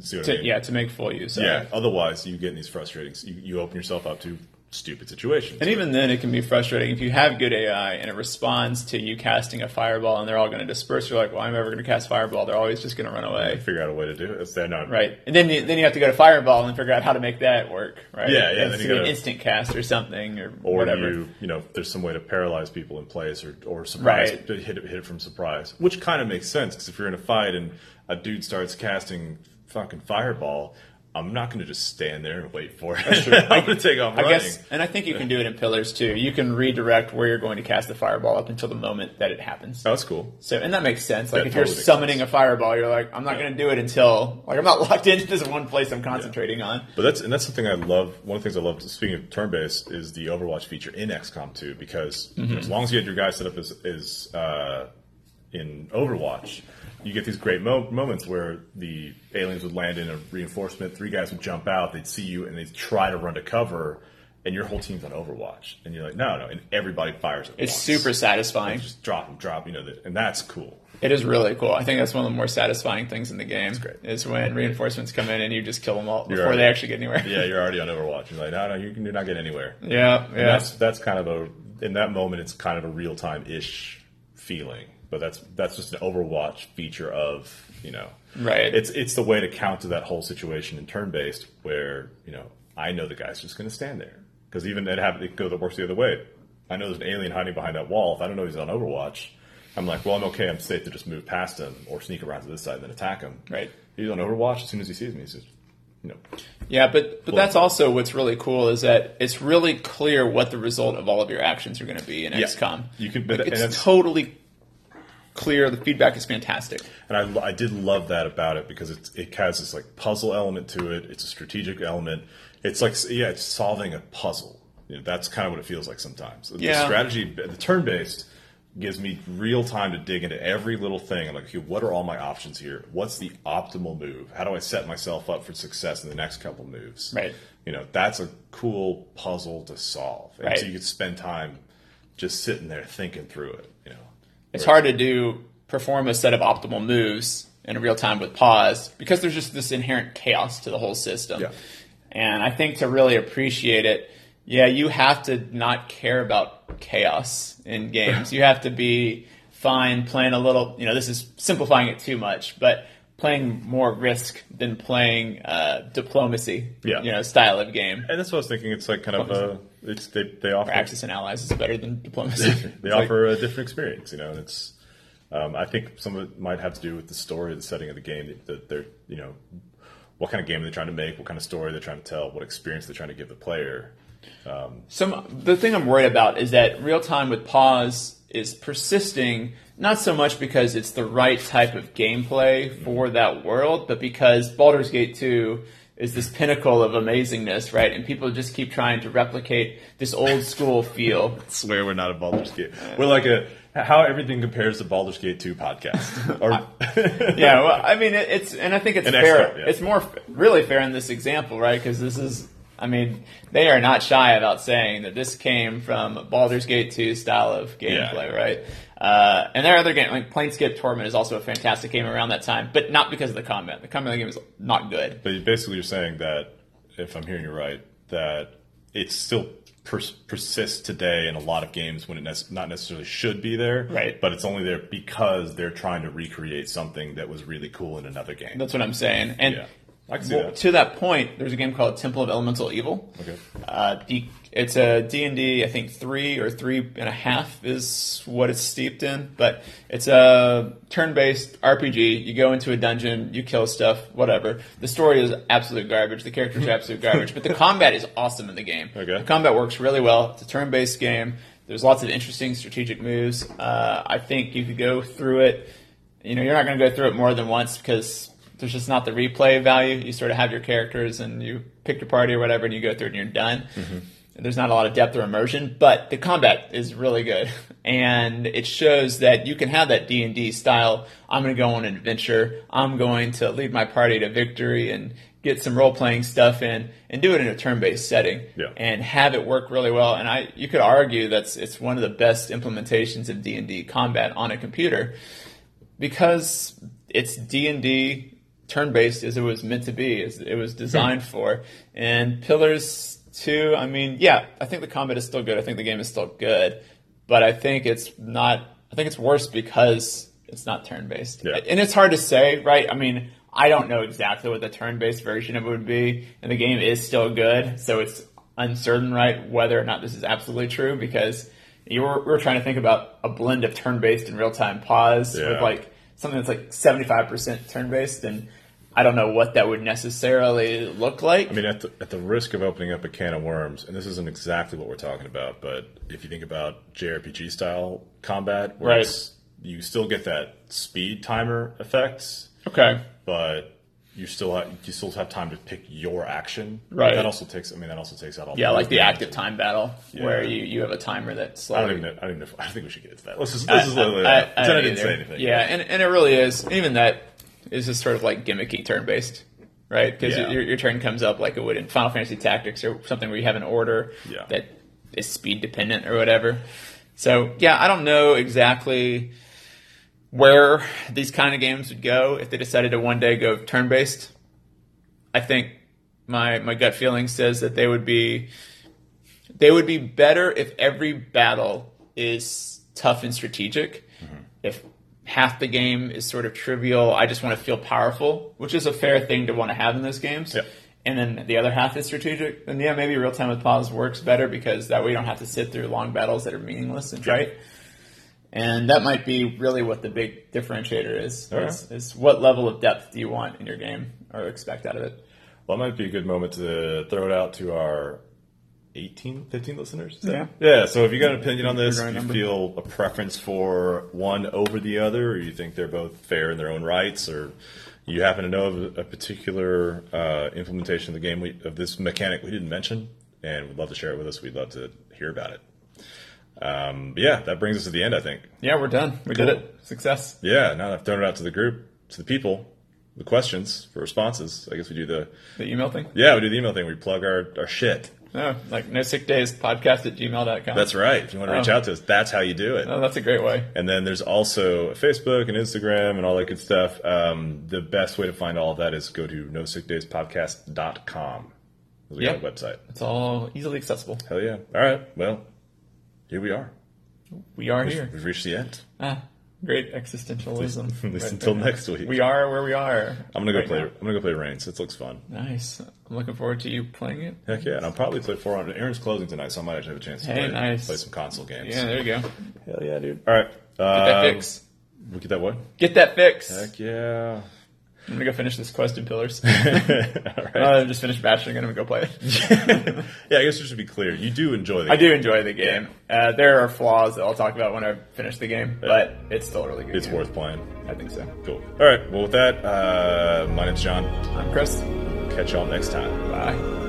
Speaker 1: See what I
Speaker 3: to,
Speaker 1: mean?
Speaker 3: yeah, to make full use. of
Speaker 1: yeah.
Speaker 3: it.
Speaker 1: Otherwise, you get in these frustrating. You, you open yourself up to stupid situations.
Speaker 3: And even then, it can be frustrating if you have good AI and it responds to you casting a fireball, and they're all going to disperse. You're like, "Well, I'm ever going to cast fireball? They're always just going to run away."
Speaker 1: figure out a way to do it. That's they're not
Speaker 3: Right. And then you, then you have to go to Fireball and figure out how to make that work, right?
Speaker 1: Yeah, yeah,
Speaker 3: It's
Speaker 1: then you
Speaker 3: an
Speaker 1: gotta-
Speaker 3: instant cast or something or,
Speaker 1: Or
Speaker 3: whatever.
Speaker 1: you, you know, if there's some way to paralyze people in place or, or surprise,
Speaker 3: Right.
Speaker 1: to hit it, hit it from surprise, which kind of makes sense because if you're in a fight and a dude starts casting fucking fireball, I'm not going to just stand there and wait for it. I'm going to take off
Speaker 3: I
Speaker 1: running.
Speaker 3: guess, and I think you can do it in Pillars too. You can redirect where you're going to cast the Fireball up until the moment that it happens.
Speaker 1: Oh, that's cool.
Speaker 3: So, and that makes sense. Like
Speaker 1: That
Speaker 3: if
Speaker 1: totally
Speaker 3: you're
Speaker 1: makes
Speaker 3: summoning
Speaker 1: sense.
Speaker 3: a Fireball, you're like, I'm not going to do it until like I'm not locked into this one place I'm concentrating on.
Speaker 1: But that's and that's something I love. One of the things I love, speaking of turn based, is the Overwatch feature in XCOM 2 because you know,
Speaker 3: Mm-hmm.
Speaker 1: as long as you had your guy set up as, as uh, in Overwatch, you get these great mo- moments where the aliens would land in a reinforcement, three guys would jump out, they'd see you, and they'd try to run to cover, and your whole team's on Overwatch, and you're like, no, no, and everybody fires at
Speaker 3: It's
Speaker 1: once.
Speaker 3: super satisfying.
Speaker 1: just drop and drop, you know, that- and that's cool.
Speaker 3: It is really cool. I think that's one of the more satisfying things in the game. Is when reinforcements come in and you just kill them all before
Speaker 1: already-
Speaker 3: they actually get anywhere.
Speaker 1: Yeah, you're already on Overwatch. You're like, no, no, you can do not get anywhere. And
Speaker 3: yeah, yeah.
Speaker 1: That's that's kind of a in that moment, it's kind of a real time ish feeling. But that's that's just an Overwatch feature of you know,
Speaker 3: Right.
Speaker 1: It's it's the way to counter that whole situation in turn based, where you know I know the guy's just going to stand there because even it have it go that works the other way. I know there's an alien hiding behind that wall. If I don't know he's on Overwatch, I'm like, well, I'm okay. I'm safe to just move past him or sneak around to this side and then attack him.
Speaker 3: Right.
Speaker 1: He's on Overwatch. As soon as he sees me, he's just, you know,
Speaker 3: Yeah, but but
Speaker 1: Well-
Speaker 3: that's also what's really cool is that it's really clear what the result of all of your actions are going to be in
Speaker 1: Yeah.
Speaker 3: XCOM.
Speaker 1: You can-
Speaker 3: like,
Speaker 1: but- and
Speaker 3: it's
Speaker 1: that's-
Speaker 3: totally clear. The feedback is fantastic.
Speaker 1: And I, I did love that about it because it, it has this like puzzle element to it. It's a strategic element. It's like yeah, it's solving a puzzle. You know, that's kind of what it feels like sometimes. The
Speaker 3: Yeah.
Speaker 1: strategy, the turn based, gives me real time to dig into every little thing. I'm like, okay, what are all my options here? What's the optimal move? How do I set myself up for success in the next couple moves?
Speaker 3: Right.
Speaker 1: You know, that's a cool puzzle to solve. And
Speaker 3: Right.
Speaker 1: So you could spend time just sitting there thinking through it. You know.
Speaker 3: It's
Speaker 1: Whereas-
Speaker 3: hard to do perform a set of optimal moves in real time with pause because there's just this inherent chaos to the whole system.
Speaker 1: Yeah.
Speaker 3: And I think to really appreciate it, yeah, you have to not care about chaos in games. you have to be fine playing a little, you know, this is simplifying it too much, but playing more risk than playing uh, diplomacy,
Speaker 1: Yeah.
Speaker 3: you know, style of game.
Speaker 1: And that's what I was thinking. It's like kind of a it's they they
Speaker 3: Or
Speaker 1: offer
Speaker 3: Axis and Allies is better than diplomacy.
Speaker 1: they
Speaker 3: It's like-
Speaker 1: offer a different experience, you know. And it's um, I think some of it might have to do with the story, the setting of the game that, that they're you know what kind of game they're trying to make, what kind of story they're trying to tell, what experience they're trying to give the player.
Speaker 3: Some the thing I'm worried about is that real time with pause is persisting not so much because it's the right type of gameplay for that world, but because Baldur's Gate 2 is this pinnacle of amazingness, right? And people just keep trying to replicate this old school feel.
Speaker 1: Swear we're not a Baldur's Gate. We're like a how everything compares to Baldur's Gate Two podcast. Or
Speaker 3: yeah, well, I mean, it, it's and I think it's
Speaker 1: An
Speaker 3: fair.
Speaker 1: XCOM, yeah.
Speaker 3: It's more f- really fair in this example, right? Because this is, I mean, they are not shy about saying that this came from Baldur's Gate 2 style of
Speaker 1: Yeah.
Speaker 3: gameplay, right? Uh, and there are other games like Planescape Torment is also a fantastic game around that time, but not because of the combat. The combat of the game is not good.
Speaker 1: But basically, you're saying that, if I'm hearing you right, that it still pers- persists today in a lot of games when it nec- not necessarily should be there.
Speaker 3: Right.
Speaker 1: But it's only there because they're trying to recreate something that was really cool in another game.
Speaker 3: That's what I'm saying. And
Speaker 1: yeah. I can see
Speaker 3: well,
Speaker 1: that.
Speaker 3: to that point, there's a game called Temple of Elemental Evil.
Speaker 1: okay.
Speaker 3: Uh, D- it's a D&D, I think three or three and a half is what it's steeped in, but it's a turn-based RPG. You go into a dungeon, you kill stuff, whatever. The story is absolute garbage. The characters are absolute garbage, but the combat is awesome in the game.
Speaker 1: Okay.
Speaker 3: The combat works really well. It's a turn-based game. There's lots of interesting strategic moves. Uh, I think you could go through it. You know, you're not going to go through it more than once because there's just not the replay value. You sort of have your characters and you pick your party or whatever, and you go through it and you're done. There's not a lot of depth or immersion, but the combat is really good, and it shows that you can have that D and D style. I'm going to go on an adventure. I'm going to lead my party to victory and get some role playing stuff in, and do it in a turn based setting
Speaker 1: Yeah.
Speaker 3: and have it work really well. And I, you could argue that's it's one of the best implementations of D and D combat on a computer because it's D and D turn based as it was meant to be, as it was designed
Speaker 1: Hmm.
Speaker 3: for. And Pillars Two, I mean, yeah, I think the combat is still good. I think the game is still good, but I think it's not. I think it's worse because it's not turn based,
Speaker 1: Yeah.
Speaker 3: and it's hard to say, right? I mean. I don't know exactly what the turn-based version of it would be, and the game is still good, so it's uncertain, right, whether or not this is absolutely true because you were, we were trying to think about a blend of turn-based and real-time pause with
Speaker 1: Yeah.
Speaker 3: like something that's like 75% turn-based and I don't know what that would necessarily look like.
Speaker 1: I mean, at the, at the risk of opening up a can of worms, and this isn't exactly what we're talking about, but if you think about JRPG style combat, where
Speaker 3: Right.
Speaker 1: it's- you still get that speed timer effect,
Speaker 3: okay.
Speaker 1: but you still have, you still have time to pick your action.
Speaker 3: Right.
Speaker 1: That also takes. I mean, that also takes out all.
Speaker 3: Yeah, like the
Speaker 1: movement.
Speaker 3: active time battle where you, you have a timer that's
Speaker 1: I
Speaker 3: slowly
Speaker 1: don't even. Know, I don't even. Know if, I don't think we should get into that. Let's just. This is literally.
Speaker 3: I- I-
Speaker 1: I,
Speaker 3: I don't
Speaker 1: didn't say
Speaker 3: either.
Speaker 1: anything.
Speaker 3: Yeah, and, and it really is. Even that is just sort of like gimmicky turn based, right? Because
Speaker 1: Yeah.
Speaker 3: your, your turn comes up like it would in Final Fantasy Tactics or something where you have an order
Speaker 1: Yeah.
Speaker 3: that is speed dependent or whatever. So yeah, I don't know exactly where these kind of games would go if they decided to one day go turn based. I think my my gut feeling says that they would be they would be better if every battle is tough and strategic.
Speaker 1: Mm-hmm.
Speaker 3: If half the game is sort of trivial, I just want to feel powerful, which is a fair thing to want to have in those games.
Speaker 1: Yep.
Speaker 3: And then the other half is strategic. Then yeah, maybe real time with pause works better because that way you don't have to sit through long battles that are meaningless and trite. And that might be really what the big differentiator is.
Speaker 1: All right.
Speaker 3: Is, is what level of depth do you want in your game or expect out of it?
Speaker 1: Well, that might be a good moment to throw it out to our 18, 15 listeners. Is that- Yeah. So if you got an opinion on this, if
Speaker 3: Figure out a
Speaker 1: you feel
Speaker 3: number.
Speaker 1: a preference for one over the other, or you think they're both fair in their own rights, or you happen to know of a particular uh, implementation of the game we, of this mechanic we didn't mention, and would love to share it with us, we'd love to hear about it. Um, but yeah, that brings us to the end, I think.
Speaker 3: Yeah, we're done. We did it. Success.
Speaker 1: Yeah, now that I've thrown it out to the group, to the people, the questions for responses. I guess we do the
Speaker 3: The email thing.
Speaker 1: yeah, we do the email thing. We plug our, our shit.
Speaker 3: No, like no sick days podcast at gmail.com.
Speaker 1: That's right. If you want to reach
Speaker 3: Oh.
Speaker 1: out to us, that's how you do it.
Speaker 3: Oh, that's a great way.
Speaker 1: And then there's also Facebook and Instagram and all that good stuff. Um, the best way to find all of that is go to nosickdayspodcast.com. We
Speaker 3: Yeah.
Speaker 1: got a website.
Speaker 3: It's all easily accessible.
Speaker 1: Hell yeah. All right. Well, here we are.
Speaker 3: We are here.
Speaker 1: We've reached the end.
Speaker 3: Ah, great existentialism.
Speaker 1: At least
Speaker 3: Right
Speaker 1: until
Speaker 3: there.
Speaker 1: next week.
Speaker 3: We are where we are.
Speaker 1: I'm gonna go
Speaker 3: right
Speaker 1: play.
Speaker 3: now.
Speaker 1: I'm gonna go play Reigns. It looks fun.
Speaker 3: Nice. I'm looking forward to you playing it.
Speaker 1: Heck yeah! And I'll probably play four on. Aaron's closing tonight, so I might actually have a chance to
Speaker 3: Hey,
Speaker 1: play,
Speaker 3: nice.
Speaker 1: play some console games.
Speaker 3: Yeah, there you go. Get
Speaker 1: Hell yeah, dude. All right. Um,
Speaker 3: that fix.
Speaker 1: We get that what?
Speaker 3: Get that fix.
Speaker 1: Heck yeah.
Speaker 3: I'm gonna go finish this quest in Pillars.
Speaker 1: all right.
Speaker 3: I just finished batching and I'm gonna go play it.
Speaker 1: yeah, I guess just to be clear, you do enjoy the
Speaker 3: I do enjoy the game. Uh, there are flaws that I'll talk about when I finish the game, but it's still a really good.
Speaker 1: It's
Speaker 3: game.
Speaker 1: worth playing.
Speaker 3: I think so.
Speaker 1: Cool. All right. Well, with that, uh, my name's John.
Speaker 3: I'm Chris.
Speaker 1: Catch y'all next time.
Speaker 3: Bye.